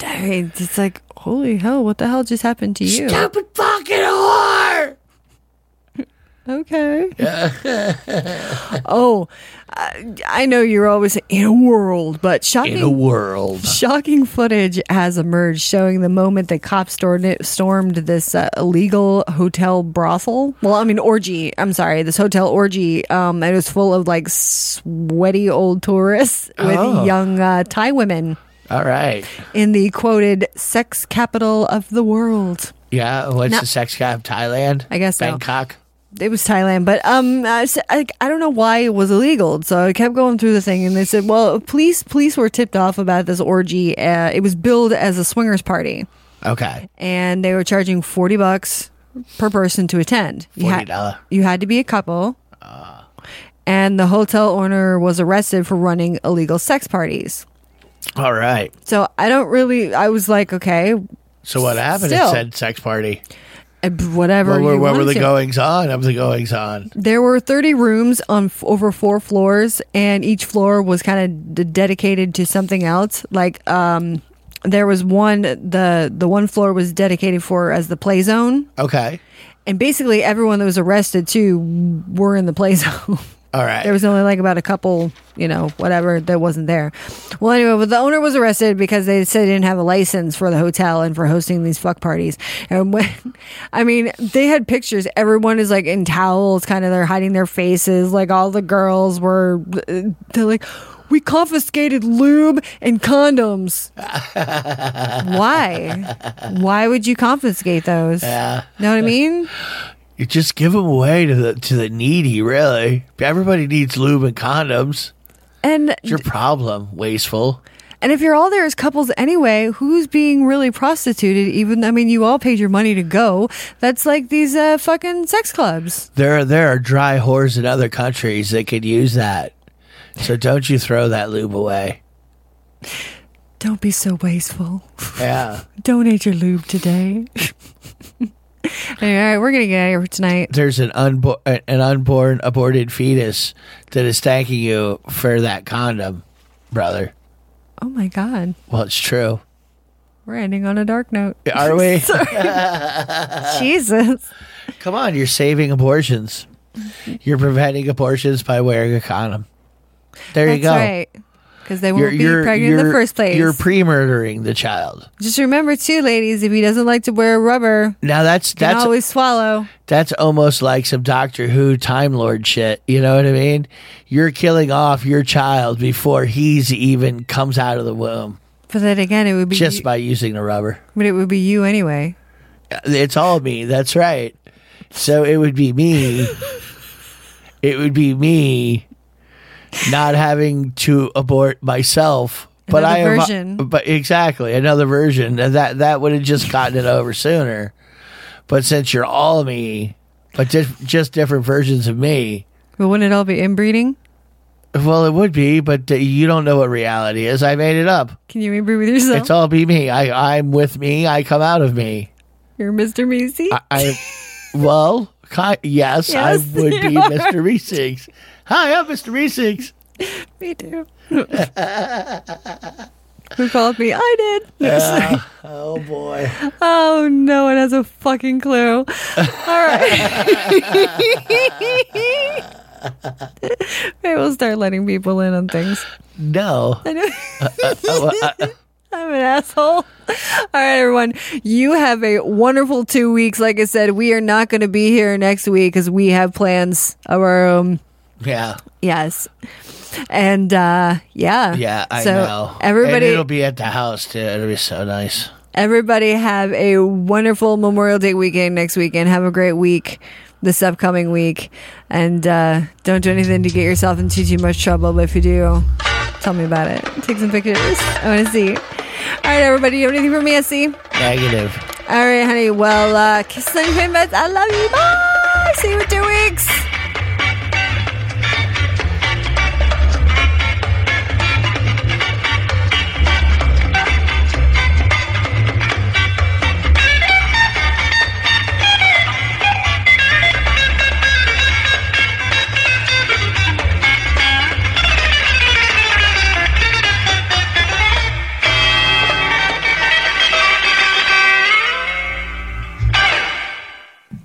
[SPEAKER 5] I mean, it's like, holy hell, what the hell just happened to you?
[SPEAKER 6] Stupid fucking whore.
[SPEAKER 5] Okay. oh, I, I know you're always in a world, but
[SPEAKER 6] In a
[SPEAKER 5] shocking.
[SPEAKER 6] world.
[SPEAKER 5] Shocking footage has emerged showing the moment that cops stormed, stormed this uh, illegal hotel brothel. Well, I mean orgy. I'm sorry, this hotel orgy. Um, and it was full of like sweaty old tourists with
[SPEAKER 6] Oh.
[SPEAKER 5] young uh, Thai women
[SPEAKER 6] All right.
[SPEAKER 5] in the quoted sex capital of the world.
[SPEAKER 6] Yeah. What's
[SPEAKER 5] No.
[SPEAKER 6] the sex cab? Thailand?
[SPEAKER 5] I guess so.
[SPEAKER 6] Bangkok.
[SPEAKER 5] it was Thailand, but um, I, s- I- I don't know why it was illegal. So I kept going through the thing, and they said, "Well, police police were tipped off about this orgy. Uh, it was billed as a swingers party,
[SPEAKER 6] Okay.
[SPEAKER 5] and they were charging forty bucks per person to attend. You had-
[SPEAKER 6] $40.
[SPEAKER 5] You had to be a couple,
[SPEAKER 6] Ah.
[SPEAKER 5] and the hotel owner was arrested for running illegal sex parties.
[SPEAKER 6] All right.
[SPEAKER 5] So I don't really. I was like, okay,
[SPEAKER 6] So what happened?
[SPEAKER 5] Still.
[SPEAKER 6] It said sex party.
[SPEAKER 5] uh, whatever.
[SPEAKER 6] What were,
[SPEAKER 5] you
[SPEAKER 6] what were
[SPEAKER 5] wanted
[SPEAKER 6] the
[SPEAKER 5] to.
[SPEAKER 6] goings on? Of the goings on.
[SPEAKER 5] There were 30 rooms on f- over four floors, and each floor was kind of d- dedicated to something else. Like, um, there was one the the one floor was dedicated for as the play zone,
[SPEAKER 6] Okay.
[SPEAKER 5] and basically everyone that was arrested too were in the play zone.
[SPEAKER 6] All right.
[SPEAKER 5] There was only like about a couple, you know, whatever that wasn't there. Well, anyway, well, the owner was arrested because they said they didn't have a license for the hotel and for hosting these fuck parties. And when, I mean, they had pictures. Everyone is like in towels, kind of they're hiding their faces. Like all the girls were, uh, they're like, we confiscated lube and condoms. Why? Why would you confiscate those?
[SPEAKER 6] Yeah.
[SPEAKER 5] Know what I mean?
[SPEAKER 6] You just give them away to the to the needy. Really, everybody needs lube and condoms.
[SPEAKER 5] And
[SPEAKER 6] It's your problem, wasteful.
[SPEAKER 5] And if you're all there as couples anyway, who's being really prostituted? Even I mean, you all paid your money to go. That's like these uh, fucking sex clubs.
[SPEAKER 6] There, there are dry whores in other countries that could use that. So don't you throw that lube away.
[SPEAKER 5] Don't be so wasteful.
[SPEAKER 6] Yeah.
[SPEAKER 5] Donate your lube today. anyway, all right, we're gonna get out of here tonight.
[SPEAKER 6] There's an unborn, an unborn aborted fetus that is thanking you for that condom, brother.
[SPEAKER 5] Oh my god,
[SPEAKER 6] Well, it's true.
[SPEAKER 5] we're ending on a dark note.
[SPEAKER 6] Are we?
[SPEAKER 5] Sorry. Jesus.
[SPEAKER 6] Come on, you're saving abortions.
[SPEAKER 5] Mm-hmm.
[SPEAKER 6] You're preventing abortions by wearing a condom. There
[SPEAKER 5] That's
[SPEAKER 6] you go.
[SPEAKER 5] right. Because they won't
[SPEAKER 6] You're-
[SPEAKER 5] be
[SPEAKER 6] you're-
[SPEAKER 5] pregnant in the
[SPEAKER 6] you're-
[SPEAKER 5] first place.
[SPEAKER 6] You're pre-murdering the child.
[SPEAKER 5] Just remember, too, ladies, if he doesn't like to wear rubber,
[SPEAKER 6] Now that's
[SPEAKER 5] can
[SPEAKER 6] that's
[SPEAKER 5] always swallow.
[SPEAKER 6] that's almost like some Doctor Who Time Lord shit. You know what I mean? You're killing off your child before he's even comes out of the womb,
[SPEAKER 5] But then again, it would be
[SPEAKER 6] just
[SPEAKER 5] you-
[SPEAKER 6] by using the rubber.
[SPEAKER 5] but it would be you anyway.
[SPEAKER 6] It's all me. That's right. So it would be me. it would be me not having to abort myself. But
[SPEAKER 5] Another
[SPEAKER 6] I am-
[SPEAKER 5] version.
[SPEAKER 6] but exactly another version, and that that would have just gotten it over sooner. But since you're all me, but just just different versions of me.
[SPEAKER 5] But wouldn't it all be inbreeding?
[SPEAKER 6] Well, it would be, but uh, you don't know what reality is. I made it up.
[SPEAKER 5] Can you inbreed with yourself?
[SPEAKER 6] It's all be me. I I'm with me. I come out of me.
[SPEAKER 5] You're Mr. Measy.
[SPEAKER 6] I, I well, ki- yes, I
[SPEAKER 5] Yes,
[SPEAKER 6] would be
[SPEAKER 5] you are.
[SPEAKER 6] Mr. Reesings. Hi, I'm Mr. Reesings.
[SPEAKER 5] me too. Who called me? I did.
[SPEAKER 6] Yeah. oh boy.
[SPEAKER 5] Oh, no one has a fucking clue. All right. Maybe we'll start letting people in on things.
[SPEAKER 6] No.
[SPEAKER 5] I know.
[SPEAKER 6] Uh, well, I-
[SPEAKER 5] I'm an asshole. All right, everyone. You have a wonderful two weeks. Like I said, we are not going to be here next week because we have plans of our own.
[SPEAKER 6] yeah.
[SPEAKER 5] Yes. And uh yeah.
[SPEAKER 6] Yeah, I
[SPEAKER 5] so
[SPEAKER 6] know. And
[SPEAKER 5] Everybody
[SPEAKER 6] it'll be at the house too. It'll be so nice.
[SPEAKER 5] everybody have a wonderful Memorial Day weekend next weekend. Have a great week this upcoming week. And uh don't do anything to get yourself into too much trouble, but if you do, tell me about it. Take some pictures. I wanna see. All right, everybody, you have anything for me, SC?
[SPEAKER 6] Negative.
[SPEAKER 5] All right, honey. Well, uh, kiss and fingers. I love you. Bye. See you in two weeks.